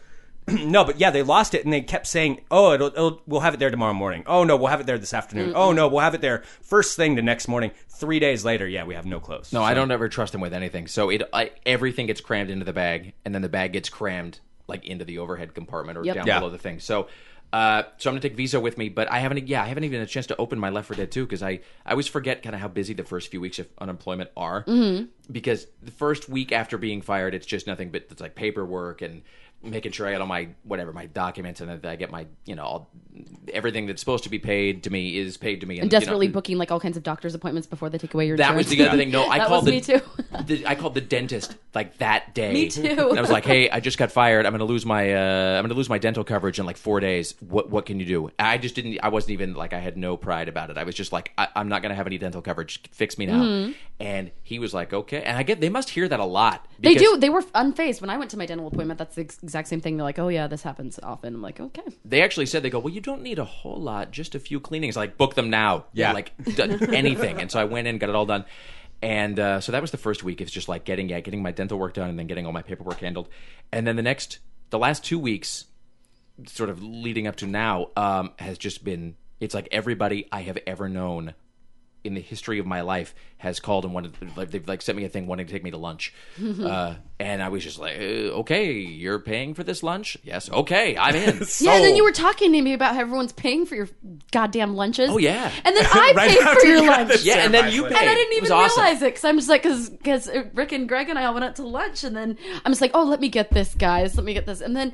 S2: no, but yeah, they lost it and they kept saying, "Oh, it'll, it'll we'll have it there tomorrow morning. Oh no, we'll have it there this afternoon. Oh no, we'll have it there first thing the next morning." 3 days later, yeah, we have no clothes.
S9: No, I don't ever trust him with anything. So it I, everything gets crammed into the bag, and then the bag gets crammed like into the overhead compartment or
S3: Yep.
S9: down
S2: Yeah.
S9: below the thing. So, uh, so I'm gonna take Visa with me, but I haven't. Yeah, I haven't even had a chance to open my Left 4 Dead 2 because I I always forget kind of how busy the first few weeks of unemployment are.
S3: Mm-hmm.
S9: Because the first week after being fired, it's just nothing but it's like paperwork and making sure I get all my whatever my documents and that I get my you know all, everything that's supposed to be paid to me is paid to me
S3: and
S9: you know,
S3: desperately booking like all kinds of doctor's appointments before they take away your.
S9: that was the
S3: insurance.
S9: other thing. No, I
S3: That
S9: called
S3: was
S9: the,
S3: me too.
S9: the- I called the dentist like that day.
S3: Me too.
S9: And I was like, "Hey, I just got fired. I'm going to lose my uh, I'm going to lose my dental coverage in like four days. What what can you do?" I just didn't. I wasn't even like I had no pride about it. I was just like, I, "I'm not going to have any dental coverage. Fix me now."
S3: Mm-hmm.
S9: And he was like, "Okay." And I get they must hear that a lot.
S3: They
S9: because
S3: do. They were unfazed when I went to my dental appointment. That's the ex- exact same thing. They're like, "Oh yeah, this happens often." I'm like, "Okay."
S9: They actually said they go, "Well, you don't need a whole lot. Just a few cleanings. Like book them now.
S2: Yeah.
S9: like d- anything." And so I went in, got it all done. And uh, so that was the first week. It's just like getting yeah, getting my dental work done, and then getting all my paperwork handled. And then the next, the last two weeks, sort of leading up to now, um, has just been. It's like everybody I have ever known in the history of my life has called and wanted like they've like sent me a thing wanting to take me to lunch uh, and i was just like uh, okay you're paying for this lunch yes okay i'm in
S3: Yeah, and then
S2: Sold.
S3: you were talking to me about how everyone's paying for your goddamn lunches.
S9: Oh, yeah.
S3: and then I
S2: Right
S3: paid for
S2: after
S3: your
S2: you got
S3: lunch.
S2: this
S9: Yeah, and then you
S2: Surprise
S9: paid.
S2: lunch.
S3: And I didn't
S9: It
S3: even
S9: was awesome.
S3: realize it because I'm just like, because Rick and Greg and I all went out to lunch, and then I'm just like, oh, let me get this, guys, let me get this, and then,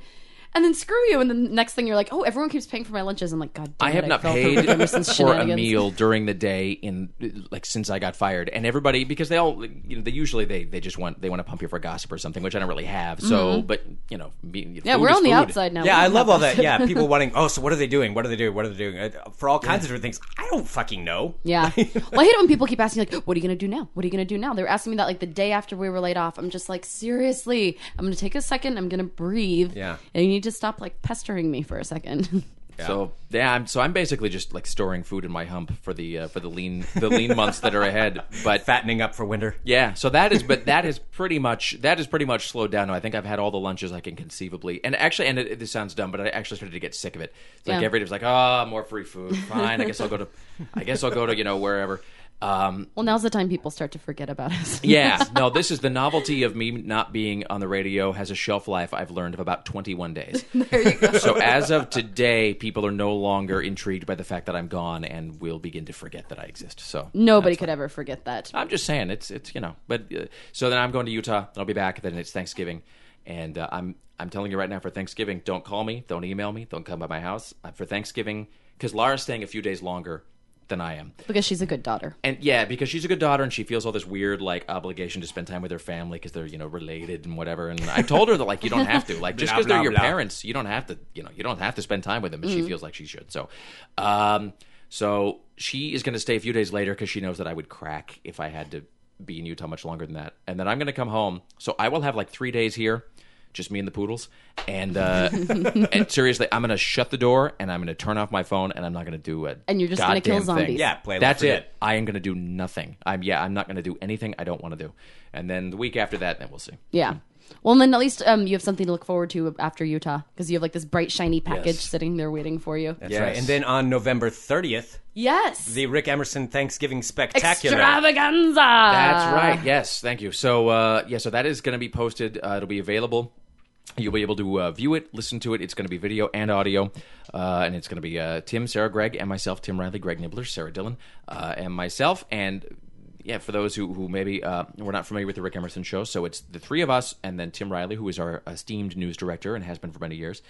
S3: and then screw you, and then the next thing you're like, oh, everyone keeps paying for my lunches. I'm like, god, damn
S9: I have
S3: it,
S9: not
S3: fell for
S9: paid
S3: Rick Emerson's
S9: for a
S3: shenanigans.
S9: meal during the day in like since I got fired, and everybody because they all you know they usually they they just want they want to pump you for gossip or something, which I don't really have. So, but you know, me,
S3: Mm-hmm. Yeah,
S9: food
S3: we're
S9: is
S3: on the
S9: food.
S3: outside now.
S2: Yeah,
S3: We
S2: I
S3: don't
S2: love
S3: have
S2: all that.
S3: to-
S2: Yeah, people wanting, "Oh, so what are they doing? What are they doing? What are they doing?" Uh, For all kinds of different things. I don't fucking know.
S3: Yeah. well, I hate it when people keep asking, like, what are you going to do now? What are you going to do now? They were asking me that, like, the day after we were laid off. I'm just like, seriously, I'm going to take a second. I'm going to breathe.
S2: Yeah.
S3: And you need to stop, like, pestering me for a second.
S9: So yeah, I'm so I'm basically just like storing food in my hump for the uh, for the lean the lean months that are ahead. But
S2: Fattening up for winter.
S9: Yeah, so that is, but that is pretty much that is pretty much slowed down. now. I think I've had all the lunches I can conceivably, and actually, and it, this sounds dumb, but I actually started to get sick of it. It's like
S3: Yeah.
S9: every day was like, ah, more free food. Fine, I guess I'll go to, I guess I'll go to you know wherever. Um,
S3: well, now's the time people start to forget about us.
S9: yeah, no, this is the novelty of me not being on the radio has a shelf life I've learned of about twenty one days.
S3: there you go.
S9: So as of today, people are no longer intrigued by the fact that I'm gone, and will begin to forget that I exist. So
S3: Nobody could ever forget that.
S9: I'm just saying it's it's you know. But uh, so then I'm going to Utah. I'll be back. Then it's Thanksgiving, and uh, I'm I'm telling you right now for Thanksgiving, don't call me, don't email me, don't come by my house uh, for Thanksgiving because Lara's staying a few days longer than I am.
S3: Because she's a good daughter.
S9: And yeah, because she's a good daughter and she feels all this weird like obligation to spend time with her family because they're you know related and whatever. And I told her that like you don't have to like just
S2: Blah,
S9: because they're
S2: blah,
S9: your
S2: blah.
S3: Mm-hmm.
S9: parents, you don't have to you know you don't have to spend time with them. And she feels like she should. So, um, So she is going to stay a few days later because she knows that I would crack if I had to be in Utah much longer than that. And then I'm going to come home. So I will have like three days here, just me and the poodles. And, uh, and seriously, I'm going to shut the door and I'm going to turn off my phone and I'm not going to do it.
S3: And you're just gonna kill zombies.
S2: Yeah, play Left
S9: That's
S2: 4
S9: it.
S2: Dead.
S9: I am going to do nothing. I'm yeah. I'm not going to do anything I don't want to do. And then the week after that, then we'll see.
S3: Yeah. Well, and then at least um, you have something to look forward to after Utah because you have like this bright, shiny package
S9: Yes.
S3: sitting there waiting for you.
S2: That's
S9: Yes.
S2: right. And then on November 30th,
S3: Yes.
S2: the Rick Emerson Thanksgiving Spectacular.
S3: Extravaganza. Ah.
S9: That's right. Yes. Thank you. So, uh, yeah, so that is going to be posted. Uh, it'll be available. You'll be able to uh, view it, listen to it. It's going to be video and audio. Uh, and it's going to be uh, Tim, Sarah, Greg, and myself, Tim Riley, Greg Nibbler, Sarah Dillon, uh, and myself. And yeah, for those who, who maybe uh, were not familiar with the Rick Emerson show, so it's the three of us and then Tim Riley, who is our esteemed news director and has been for many years,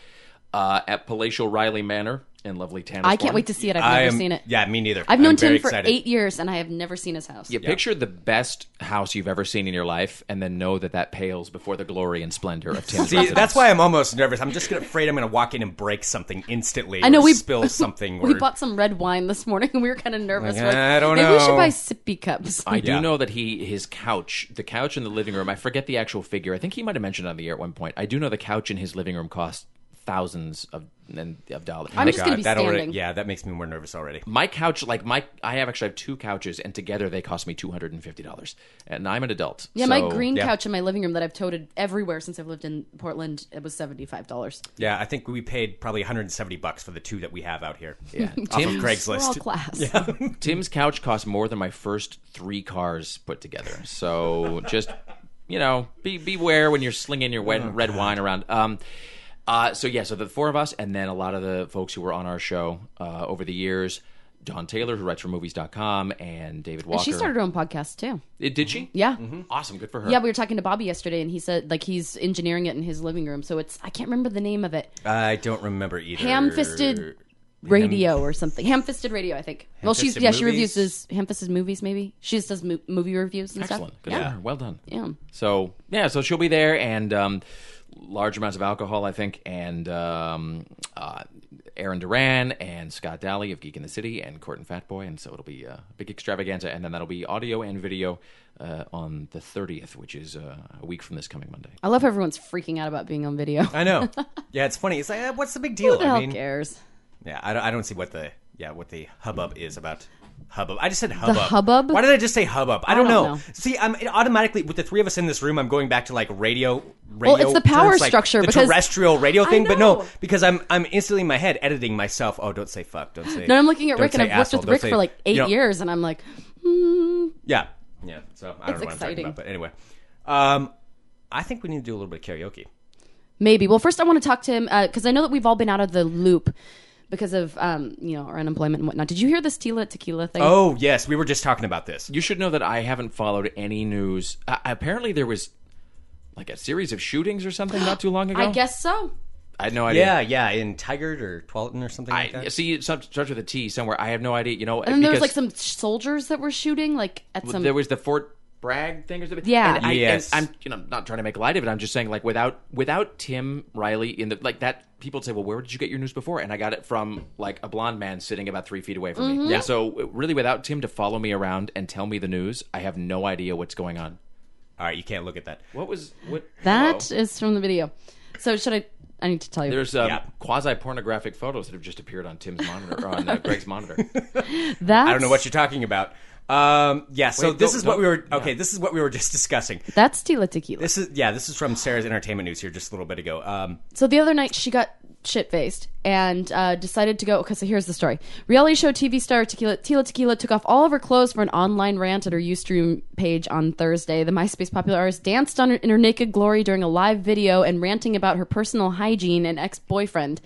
S9: uh, at Palatial Riley Manor in lovely Tanner.
S3: I can't wait to see it. I've
S2: I
S3: never
S2: am-
S3: seen it.
S2: Yeah, me neither.
S3: I've known
S2: I'm very
S3: Tim for
S2: excited.
S3: eight years and I have never seen his house.
S9: Yeah, picture the best house you've ever seen in your life, and then know that that pales before the glory and splendor of Tim's.
S2: See,
S9: residence.
S2: that's why I'm almost nervous. I'm just gonna, afraid I'm going to walk in and break something instantly.
S3: I know
S2: or
S3: we
S2: spill something.
S3: We
S2: or,
S3: bought some red wine this morning and we were kind of nervous.
S2: Like,
S3: We're
S2: I don't
S3: Maybe we
S2: know."
S3: should buy sippy cups.
S9: I do
S2: Yeah.
S9: know that he his couch, the couch in the living room. I forget the actual figure. I think he might have mentioned it on the air at one point. I do know the couch in his living room cost thousands of and of dollars.
S3: I'm
S9: Like,
S3: just gonna be
S2: that already,
S3: standing.
S2: yeah, that makes me more nervous already.
S9: my couch, like my, I have actually have two couches, and together they cost me two hundred and fifty dollars. And I'm an adult.
S3: Yeah, my
S9: so-
S3: green
S2: yeah.
S3: couch in my living room that I've toted everywhere since I've lived in Portland, it was $75.
S2: Yeah, I think we paid probably 170 bucks for the two that we have out here.
S9: Yeah.
S2: off of
S9: Tim's-
S3: We're all
S2: Craigslist.
S3: class.
S9: Tim's couch cost more than my first three cars put together. So just you know, be beware when you're slinging your wet, red wine around. Um, uh, so yeah, so the four of us, and then a lot of the folks who were on our show uh, over the years. Don Taylor, who writes for movies.com, and David Walker.
S3: She started her own podcast too.
S9: It- did she?
S3: Yeah.
S2: Mm-hmm.
S9: Awesome. Good for her.
S3: Yeah, we were talking to Bobby yesterday, and he said like he's engineering it in his living room. So it's I can't remember the name of it,
S2: I don't remember either.
S3: Ham-fisted radio or something. Ham-fisted radio, I think. well, she's
S2: Ham-fisted
S3: yeah, she
S2: movies?
S3: reviews his ham-fisted movies. Maybe she just does mo- movie reviews and
S9: Excellent. Good
S3: stuff.
S9: for her. Well done.
S3: Yeah. yeah.
S9: So yeah, so she'll be there, and um, large amounts of alcohol, I think, and um, uh, Aaron Duran and Scott Daly of Geek in the City and Court and Fatboy, and so it'll be uh, a big extravaganza, and then that'll be audio and video uh, on the thirtieth, which is uh, a week from this coming Monday.
S3: I love how everyone's freaking out about being on video.
S2: I know. Yeah, it's funny. It's like, eh, what's the big deal?
S3: Who the hell
S2: I mean,
S3: cares?
S2: yeah, I don't, I don't see what the yeah what the hubbub is about. Hubbub. I just said hubbub.
S3: hubbub?
S2: Why did I just say hubbub? I don't,
S3: don't
S2: know.
S3: know.
S2: See, I'm it automatically with the three of us in this room. I'm going back to like radio. radio
S3: Well, it's the power
S2: terms, like,
S3: structure
S2: the
S3: because-
S2: terrestrial radio
S3: I
S2: thing. But no,
S3: know.
S2: because I'm I'm instantly in my head editing myself. Oh, don't say fuck. Don't say.
S3: No, I'm looking at
S2: don't
S3: Rick, and
S2: say
S3: I've
S2: asshole,
S3: worked
S2: don't
S3: with Rick
S2: say-
S3: for like eight
S2: you know,
S3: years, and I'm like, hmm.
S2: Yeah, yeah. So I don't
S3: It's
S2: know what
S3: exciting.
S2: I'm talking about. But anyway, um, I think we need to do a little bit of karaoke.
S3: Maybe. Well, first I want to talk to him because I know that we've all been out of the loop because of um, you know our unemployment and whatnot. Did you hear this Tila Tequila thing?
S2: Oh yes, we were just talking about this.
S9: You should know that I haven't followed any news. Uh, apparently, there was like a series of shootings or something not too long ago.
S3: I guess so.
S9: I had no idea.
S2: Yeah, yeah, in Tigard or Twalton or something like
S9: I,
S2: that.
S9: see, it starts starts with a T somewhere. I have no idea. You know,
S3: And then there was
S9: because-
S3: like some soldiers that were shooting like at some.
S9: there was the Fort Bragg thing or something.
S3: Yeah.
S9: and I,
S2: Yes.
S9: And I'm you know I'm not trying to make light of it. I'm just saying like without without Tim Riley in the like that people would say, well, where did you get your news before? And I got it from like a blonde man sitting about three feet away from
S3: Mm-hmm.
S9: me. Yeah. So really, without Tim to follow me around and tell me the news, I have no idea what's going on.
S2: All right, you can't look at that.
S9: What was what
S3: That is
S9: hello?
S3: from the video. So should I? I need to tell you.
S9: There's um,
S2: Yeah.
S9: quasi pornographic photos that have just appeared on Tim's monitor or on uh, Greg's monitor.
S3: that
S2: I don't know what you're talking about. Um, yeah, so
S9: Wait,
S2: this
S9: don't-
S2: is what we were
S9: don't-
S2: okay. This is what we were just discussing.
S3: That's Tila Tequila.
S2: This is yeah, this is from Sarah's Entertainment News here just a little bit ago. Um,
S3: So the other night she got shit faced and uh, decided to go. Okay, so here's the story. Reality show TV star Tequila, Tila Tequila took off all of her clothes for an online rant at her Ustream page on Thursday. The MySpace popular artist danced on her, in her naked glory during a live video and ranting about her personal hygiene and ex boyfriend.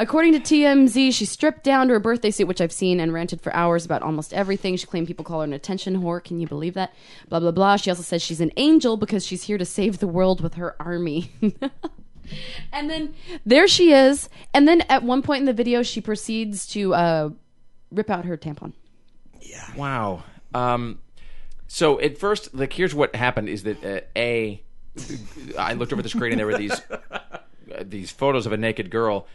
S3: According to TMZ, she stripped down to her birthday suit, which I've seen, and ranted for hours about almost everything. She claimed people call her an attention whore. Can you believe that? Blah, blah, blah. She also says she's an angel because she's here to save the world with her army. and then there she is. And then at one point in the video, she proceeds to uh, rip out her tampon.
S9: Wow. Um, so at first, like, here's what happened: is that uh, a, I looked over the screen and there were these, uh, these photos of a naked girl,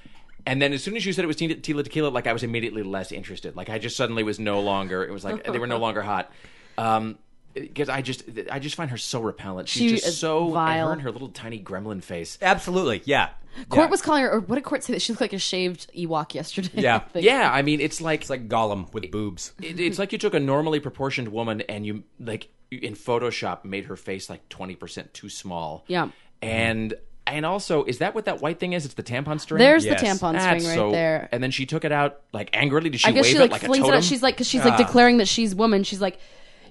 S9: And then as soon as you said it was Tila Tila Tequila, like I was immediately less interested. Like I just suddenly was no longer. It was like they were no longer hot. Um, because I just, I just find her so repellent. She's
S3: She
S9: just
S3: is
S9: so
S3: vile.
S9: And her and her little tiny gremlin face.
S2: Absolutely, yeah.
S3: Court
S2: yeah.
S3: was calling her, or what did Court say? That she looked like a shaved Ewok yesterday.
S2: Yeah.
S3: I think.
S9: Yeah, I mean, it's like
S2: It's like Gollum with boobs.
S9: it, it's like you took a normally proportioned woman and you like you- in Photoshop made her face like twenty percent too small.
S3: Yeah.
S9: and and also is that what that white thing is? It's the tampon string.
S3: There's
S2: Yes.
S3: the tampon
S9: That's
S3: string right
S9: so-
S3: there.
S9: And then she took it out like angrily. Did she
S3: I guess
S9: wave
S3: she
S9: it
S3: like,
S9: like a
S3: flings it
S9: totem? Ah.
S3: out. She's like, because she's like declaring that she's woman. She's like,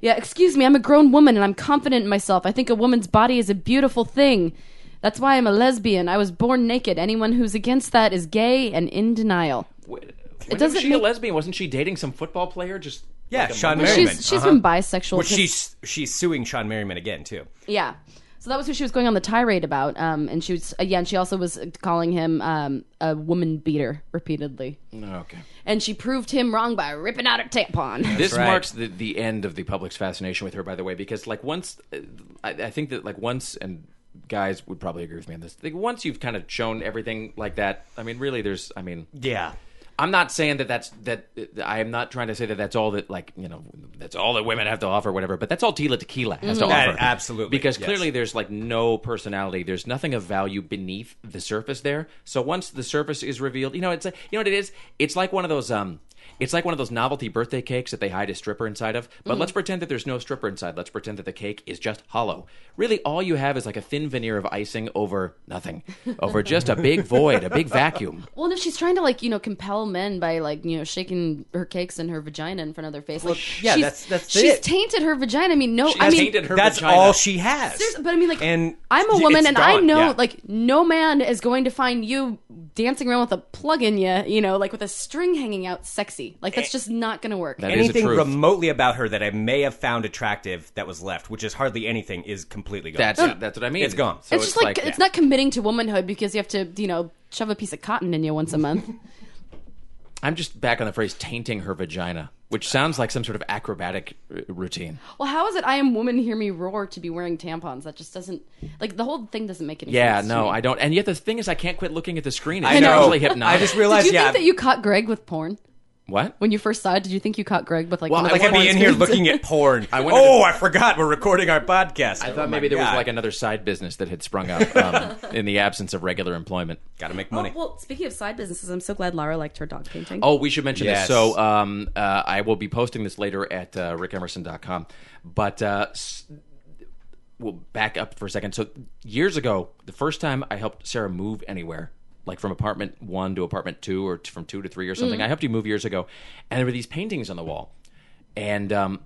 S3: yeah, excuse me, I'm a grown woman and I'm confident in myself. I think a woman's body is a beautiful thing. That's why I'm a lesbian. I was born naked. Anyone who's against that is gay and in denial.
S9: it
S3: doesn't
S9: she
S3: make-
S9: a lesbian? Wasn't she dating some football player? Just
S2: Yeah,
S9: like a
S2: Sean
S9: moment?
S2: Merriman.
S3: She's
S9: Uh-huh.
S3: she's been bisexual.
S2: Which
S3: 'cause-
S2: she's she's suing Sean Merriman again too.
S3: Yeah. So that was who she was going on the tirade about. Um, and she was, uh, yeah, and she also was calling him um, a woman beater repeatedly.
S9: Okay.
S3: And she proved him wrong by ripping out her tampon.
S9: This
S2: right.
S9: marks the, the end of the public's fascination with her, by the way, because like once, uh, I, I think that like once, and guys would probably agree with me on this. Like once you've kind of shown everything like that, I mean, really, there's, I mean,
S2: Yeah.
S9: I'm not saying that that's that. I am not trying to say that that's all that like you know that's all that women have to offer, whatever. But that's all Tila Tequila has to
S2: Mm-hmm. That-
S9: offer,
S2: absolutely,
S9: Because
S2: yes.
S9: clearly there's like no personality. There's nothing of value beneath the surface there. So once the surface is revealed, you know it's a, you know what it is. It's like one of those um. It's like one of those novelty birthday cakes that they hide a stripper inside of. But
S2: Mm-hmm.
S9: let's pretend that there's no stripper inside. Let's pretend that the cake is just hollow. Really, all you have is like a thin veneer of icing over nothing, over just a big void, a big vacuum.
S3: Well, no, she's trying to like you know compel men by like you know shaking her cakes and her vagina in front of their face. Like,
S2: yeah,
S3: she's,
S2: that's- that's
S3: she's
S2: it.
S3: tainted her vagina. I mean, no, I
S9: has
S3: mean,
S9: tainted her
S2: That's
S9: vagina.
S2: all she has.
S3: Seriously, but I mean, like,
S2: and
S3: I'm a
S2: y-
S3: woman,
S2: it's
S3: and I
S2: gone,
S3: know,
S2: yeah.
S3: like, no man is going to find you dancing around with a plug in you, you know, like with a string hanging out, sexy. Like
S2: Eh,
S3: that's just not going to work.
S9: That is the
S2: anything
S9: truth.
S2: remotely about her that I may have found attractive that was left, which is hardly anything, is completely gone.
S9: That's that's what I mean.
S2: It's gone.
S9: So
S3: it's, just like, it's not committing to womanhood because you have to, you know, shove a piece of cotton in you once a month.
S9: I'm just back on the phrase tainting her vagina, which sounds like some sort of acrobatic r- routine.
S3: well, how is it I am woman, hear me roar to be wearing tampons? That just doesn't like the whole thing doesn't make any
S9: Yeah,
S3: sense. to
S9: no,
S3: me.
S9: I don't. And yet the thing is, I can't quit looking at the screen. It's
S2: I know.
S9: actually hypnotic.
S2: I just
S3: Did
S2: realized,
S3: you
S2: yeah,
S3: think that you caught Greg with porn
S9: what?
S3: when you first saw it? Did you think you caught Greg with like
S9: Well,
S3: one of
S9: I
S2: like
S3: the
S2: I'd
S9: wanna
S2: be in
S3: porn
S2: here
S3: screens?
S2: looking at porn.
S9: I went
S2: oh,
S9: to-
S2: I forgot we're recording our podcast. Oh
S9: I thought maybe there was like another side business that had sprung up um, in the absence of regular employment.
S2: got to make money.
S3: Well, speaking of side businesses, I'm so glad Lara liked her dog painting.
S9: Oh, we should mention
S2: Yes.
S9: this. So um, uh, I will be posting this later at uh, rickemerson.com. But uh, s- we'll back up for a second. So years ago, the first time I helped Sarah move anywhere, like from apartment one to apartment two or t- from two to three or something, I helped you move years ago. And there were these paintings on the wall. And um,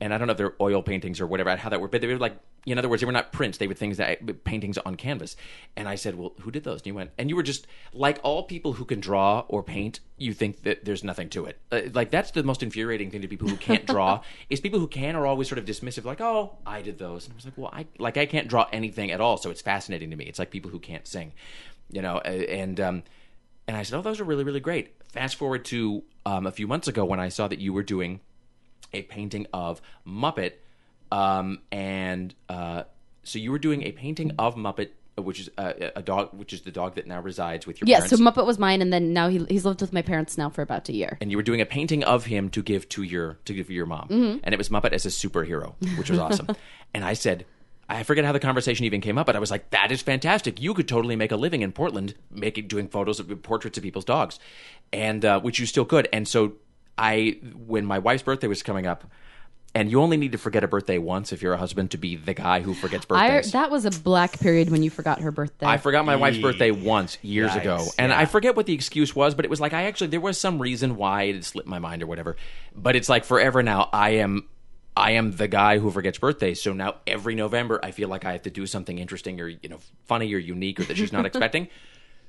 S9: and I don't know if they're oil paintings or whatever, how that worked, but they were like, in other words, they were not prints. They were things that I, paintings on canvas. And I said, "Well, who did those?" And you went, and you were just like all people who can draw or paint. You think that there's nothing to it. Uh, like that's the most infuriating thing to people who can't draw is people who can are always sort of dismissive, like, "Oh, I did those." And I was like, "Well, I like I can't draw anything at all." So it's fascinating to me. It's like people who can't sing, you know, uh, and um, and I said, "Oh, those are really really great." Fast forward to um, a few months ago when I saw that you were doing a painting of Muppet, um, and uh, so you were doing a painting of Muppet, which is uh, a, a dog, which is the dog that now resides with your
S3: yeah,
S9: parents.
S3: so Muppet was mine, and then now he, he's lived with my parents now for about a year.
S9: and you were doing a painting of him to give to your to give your mom, and it was Muppet as a superhero, which was awesome. and I said. I forget how the conversation even came up, but I was like, "That is fantastic! You could totally make a living in Portland, making doing photos of portraits of people's dogs, and uh, which you still could." And so, I when my wife's birthday was coming up, and you only need to forget a birthday once if you're a husband to be the guy who forgets
S3: I,
S9: birthdays.
S3: that was a black period when you forgot her birthday.
S9: I forgot my wife's birthday once years ago, and I forget what the excuse was, but it was like I actually there was some reason why it had slipped my mind or whatever. But it's like forever now. I am, I am the guy who forgets birthdays. So now every November, I feel like I have to do something interesting or you know funny or unique or that she's not expecting.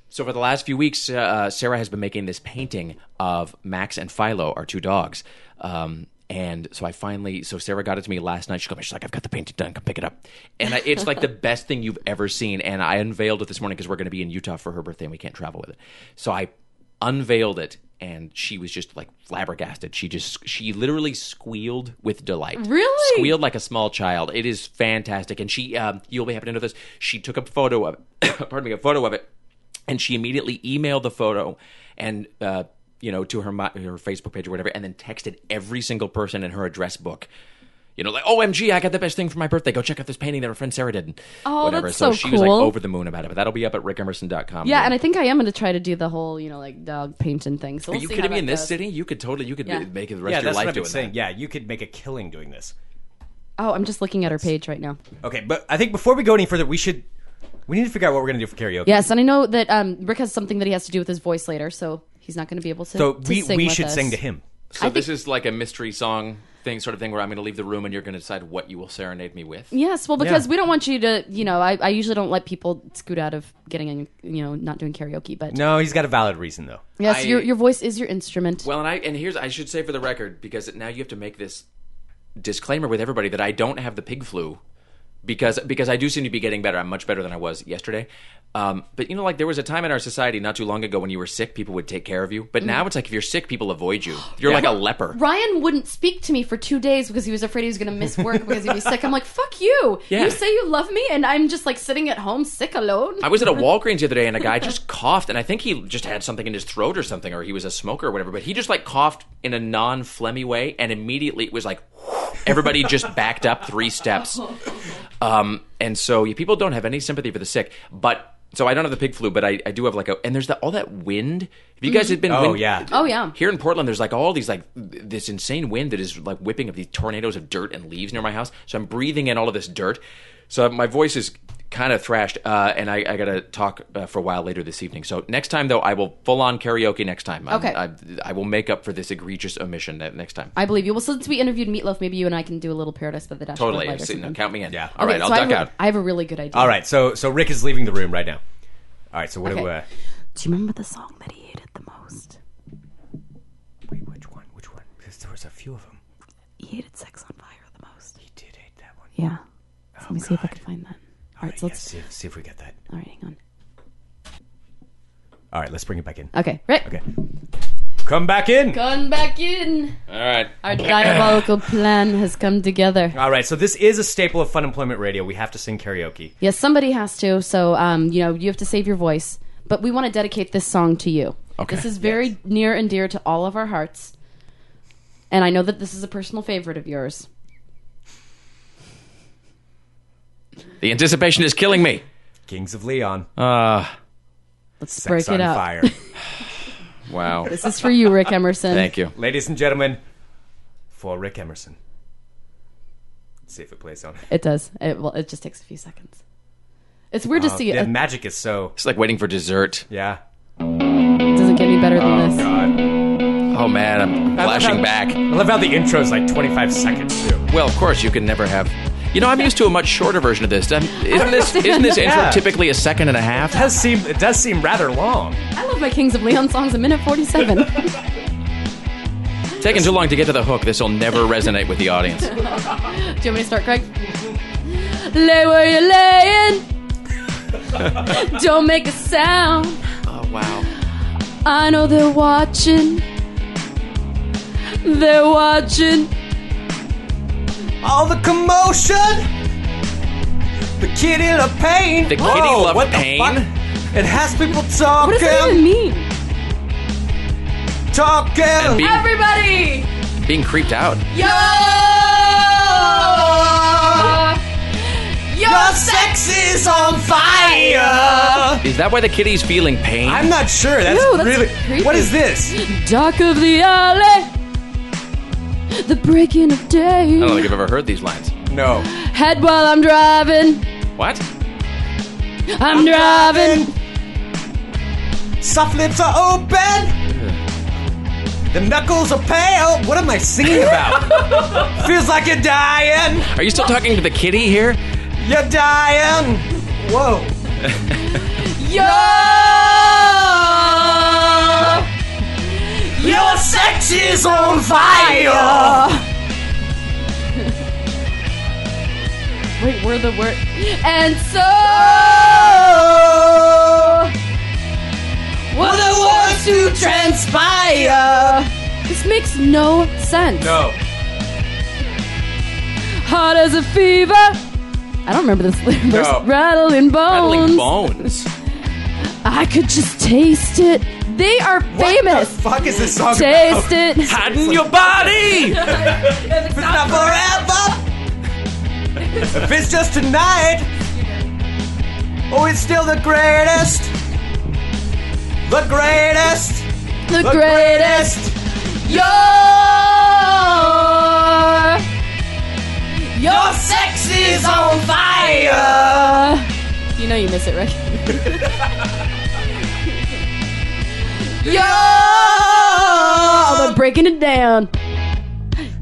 S9: So for the last few weeks, uh, Sarah has been making this painting of Max and Philo, our two dogs. Um, and so I finally, so Sarah got it to me last night. She called me. She's like, "I've got the painting done. Come pick it up." And I, it's like the best thing you've ever seen. And I unveiled it this morning because we're going to be in Utah for her birthday and we can't travel with it. So I unveiled it, and she was just like flabbergasted. She just, she literally squealed with delight.
S3: Really?
S9: squealed like a small child. It is fantastic. And she, um, you'll be happy to know this. She took a photo of, pardon me, a photo of it and she immediately emailed the photo and uh, you know to her mi- her Facebook page or whatever, and then texted every single person in her address book. You know, like OMG, I got the best thing for my birthday. Go check out this painting that her friend Sarah did. and
S3: Oh,
S9: whatever.
S3: that's
S9: so,
S3: so
S9: she was like
S3: cool.
S9: over the moon about it. But that'll be up at rickemerson.com.
S3: Yeah, and I think I am going to try to do the whole, you know, like dog painting thing. So
S9: are
S3: we'll
S9: you
S3: see
S9: kidding
S3: how
S9: me?
S3: that
S9: In this
S3: goes.
S9: city, you could totally you could
S3: Yeah.
S9: make it the rest
S2: yeah,
S9: of your
S2: that's
S9: life
S2: what I've been
S9: doing
S2: saying.
S9: that.
S2: Yeah, you could make a killing doing this.
S3: Oh, I'm just looking at her page right now.
S2: Okay, but I think before we go any further, we should we need to figure out what we're gonna do for karaoke.
S3: Yes, and I know that um, Rick has something that he has to do with his voice later, so he's not going to be able to.
S2: So
S3: to
S2: we
S3: sing
S2: we
S3: with
S2: should
S3: us.
S2: sing to him.
S9: So this is like a mystery song thing, sort of thing, where I'm going to leave the room and you're going to decide what you will serenade me with.
S3: Yes, well, because
S2: Yeah.
S3: we don't want you to. You know, I, I usually don't let people scoot out of getting, in, you know, not doing karaoke. But
S2: No, he's got a valid reason though.
S3: yes,
S9: I-
S3: your your voice is your instrument.
S9: Well, and I and here's I should say for the record because now you have to make this disclaimer with everybody that I don't have the pig flu because because I do seem to be getting better. I'm much better than I was yesterday. Um, but you know, like there was a time in our society not too long ago when you were sick, people would take care of you. But now it's like if you're sick, people avoid you. You're like a leper.
S3: Ryan wouldn't speak to me for two days because he was afraid he was going to miss work because he'd be sick. I'm like, fuck you.
S9: Yeah.
S3: You say you love me, and I'm just like sitting at home sick alone.
S9: I was at a Walgreens the other day and a guy just coughed and I think he just had something in his throat or something or he was a smoker or whatever but he just like coughed in a non-phlegmy way and immediately it was like everybody just backed up 3 steps. Um and so yeah, people don't have any sympathy for the sick but so I don't have the pig flu but I, I do have like a and there's that all that wind. Have you guys had been
S2: Oh
S9: wind-
S2: yeah.
S3: oh yeah.
S9: here in Portland, there's like all these like th- this insane wind that is like whipping up these tornadoes of dirt and leaves near my house. So I'm breathing in all of this dirt. So my voice is kind of thrashed, uh, and I, I got to talk uh, for a while later this evening. So next time, though, I will full on karaoke next time. I'm-
S3: Okay.
S9: I, I will make up for this egregious omission that next time.
S3: I believe you. Well, since we interviewed Meatloaf, maybe you and I can do a little Paradise by the Dashboard
S9: totally.
S3: Light or
S9: See, no,
S3: something.
S9: count me in.
S2: Yeah.
S9: All right,
S3: Okay,
S9: I'll
S3: so I
S9: duck
S3: have
S9: out.
S3: A, I have a really good idea.
S2: All right, so so Rick is leaving the room right now. All right, so what do
S3: Okay.
S2: uh,
S3: Do you remember the song that he hated the most?
S2: wait, which one? Which one? Because there was a few of them.
S3: He hated Sex on Fire the most.
S2: He did hate that one.
S3: Yeah. So let me see if I can find that. All right, so
S2: Let's
S3: let's.
S2: see, if- see if we get that.
S3: All right, hang on.
S2: All right, let's bring it back in.
S3: Okay, Rick.
S2: Okay. Come back in.
S3: Come back in.
S9: All right.
S3: Our diabolical plan has come together.
S2: All right, so this is a staple of Fun Employment Radio. We have to sing karaoke.
S3: Yes, somebody has to. So, um, you know, you have to save your voice. But we want to dedicate this song to you.
S9: Okay.
S3: This is very near and dear to all of our hearts. And I know that this is a personal favorite of yours.
S9: The anticipation is killing me.
S2: Kings of Leon.
S9: Uh,
S3: Let's
S2: Sex
S3: break it
S2: on
S3: up.
S2: fire.
S9: wow.
S3: This is for you, Rick Emerson.
S9: Thank you.
S2: Ladies and gentlemen, for Rick Emerson. Let's see if it plays on.
S3: It does. It, well, it just takes a few seconds. It's weird to see
S2: The
S3: it. It
S2: magic is so.
S9: It's like waiting for dessert.
S2: Yeah.
S3: doesn't get any better than this.
S2: God.
S9: Oh man, I'm flashing back.
S2: I love how the intro is like 25 seconds, too.
S9: Well, of course, you can never have. You know, I'm used to a much shorter version of this. Um, Isn't this isn't this intro
S2: Yeah.
S9: typically a second and a half?
S2: It does seem, it does seem rather long.
S3: I love my Kings of Leon songs, a minute 47.
S9: Taking too long to get to the hook. This will never resonate with the audience.
S3: Do you want me to start, Craig? Lay where you're laying. Don't make a sound.
S9: Oh wow.
S3: I know they're watching. They're watching.
S2: All the commotion! The kitty love pain!
S9: The kitty
S2: Whoa,
S9: love
S2: what the
S9: pain?
S2: fuck? It has people
S3: What
S2: talking,
S3: does that even mean?
S2: talking!
S9: Being,
S3: Everybody!
S9: being creeped out.
S3: Yo! Yo!
S2: Your sex is on fire!
S9: Is that why the kitty's feeling pain?
S2: I'm not sure. That's,
S3: Ew, that's
S2: really.
S3: creepy.
S2: What is this?
S3: Dark of the alley. The breaking of day.
S9: I don't think I've ever heard these lines.
S2: No.
S3: Head while I'm driving.
S9: What?
S3: I'm, driving.
S2: Soft lips are open. The knuckles are pale. What am I singing about? Feels like you're dying.
S9: Are you still talking to the kitty here?
S2: You're dying. Whoa.
S3: Yo!
S2: Your sex is on fire.
S3: Wait, we're the word. And so.
S2: Oh.
S3: What the wants to transpire. This makes no sense.
S2: No.
S3: Hot as a fever. I don't remember this. verse.
S2: No.
S3: Rattling bones.
S9: Rattling bones.
S3: I I could just taste it. They are famous.
S2: fuck is this song
S3: Taste it.
S9: Hiding your body.
S2: If it's not forever, if it's just tonight, oh, it's still the greatest, the greatest,
S3: The
S2: the
S3: greatest.
S2: greatest.
S3: Your your sex is on fire. You know you miss it, Rick. Yo, oh, they're breaking it down.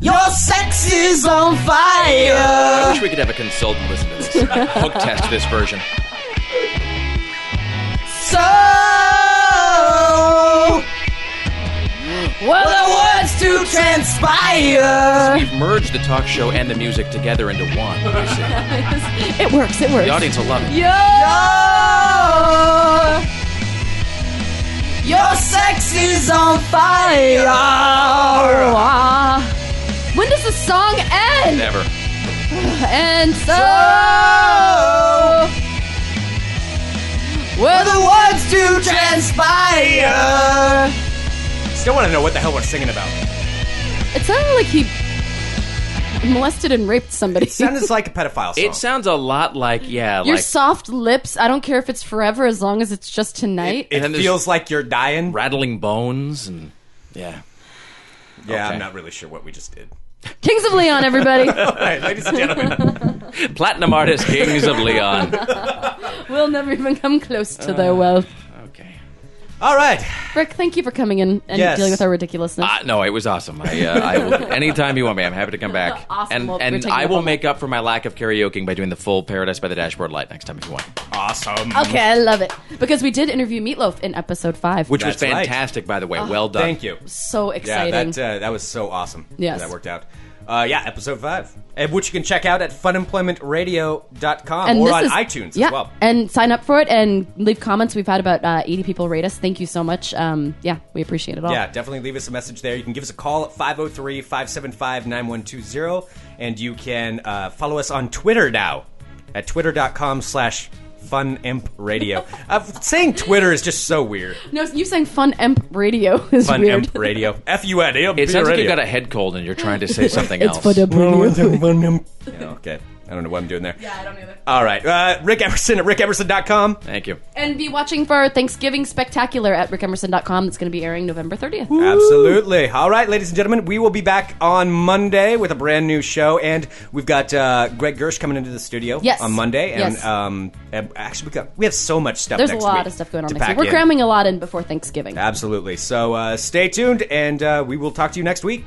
S2: Your sex is on
S9: I
S2: fire.
S9: wish we could have a consultant listen to this. Hook test this version.
S2: So, well, the words to transpire.
S9: We've merged the talk show and the music together into one. You see.
S3: it works. It
S9: The
S3: works.
S9: audience will love it.
S3: Yo,
S2: Your sex is on fire.
S3: ah. when does the song end?
S9: Never.
S3: And so,
S2: Where the words to transpire. Still want to know what the hell we're singing about.
S3: it sounded like he molested and raped somebody.
S2: Sounds like a pedophile song.
S9: It sounds a lot like yeah,
S3: Your
S9: like
S3: soft lips. I don't care if it's forever, as long as it's just tonight.
S2: it
S9: and then there's-
S2: feels like you're dying.
S9: rattling bones and yeah.
S2: Yeah,
S9: Okay.
S2: I'm not really sure what we just did.
S3: Kings of Leon, everybody.
S2: All right, ladies and gentlemen,
S9: Platinum artist Kings of Leon.
S3: we'll never even come close to their
S2: Uh.
S3: wealth.
S9: Okay.
S2: all right.
S3: Rick, thank you for coming in and
S2: Yes.
S3: dealing with our ridiculousness.
S9: Uh, no, it was awesome. I, uh, I will, anytime you want me, I'm happy to come back.
S3: Awesome.
S9: And
S3: Well, we're
S9: and
S3: taking
S9: I
S3: up
S9: will
S3: on that.
S9: make up for my lack of karaokeing by doing the full Paradise by the Dashboard Light next time if you want,
S2: Awesome.
S3: okay, I love it because we did interview Meatloaf in episode five,
S9: which was
S2: That's right.
S9: fantastic, by the way.
S3: Oh.
S9: well done.
S2: Thank you.
S3: so
S2: Yeah,
S3: exciting.
S2: that uh, that was so awesome.
S3: Yes.
S2: that worked out. Uh, yeah, episode five, and which you can check out at funemploymentradio.com
S3: and
S2: or
S3: this
S2: on
S3: is-
S2: iTunes
S3: yeah,
S2: as well.
S3: And sign up for it and leave comments. We've had about uh, 80 people rate us. Thank you so much. Um, yeah, we appreciate it all.
S2: Yeah, definitely leave us a message there. You can give us a call at 503 575 9120, and you can uh, follow us on Twitter now at twitter.com slash funimpradio. uh, saying Twitter is just so weird.
S3: No, you saying Fun Emp Radio is
S2: Fun
S3: weird.
S2: Imp Radio. F U N M.
S9: It sounds like you've got a head cold and you're trying to say something
S3: It's
S9: else.
S3: Fun Emp Radio.
S2: okay. I don't know what I'm doing there.
S3: I don't either.
S2: All right. Uh, Rick Emerson at rickemerson.com.
S9: Thank you.
S3: And be watching for our Thanksgiving Spectacular at rickemerson.com. It's going to be airing November 30th.
S2: Absolutely. All right, ladies and gentlemen, we will be back on Monday with a brand new show, and we've got uh, Greg Gersh coming into the studio
S3: Yes.
S2: on Monday, and
S3: Yes.
S2: um, and actually we got we have so much stuff.
S3: There's a
S2: next
S3: lot
S2: week
S3: of stuff going on
S2: to
S3: next
S2: pack
S3: week. We're
S2: in.
S3: cramming a lot in before Thanksgiving.
S2: Absolutely. So uh, stay tuned, and uh, we will talk to you next week.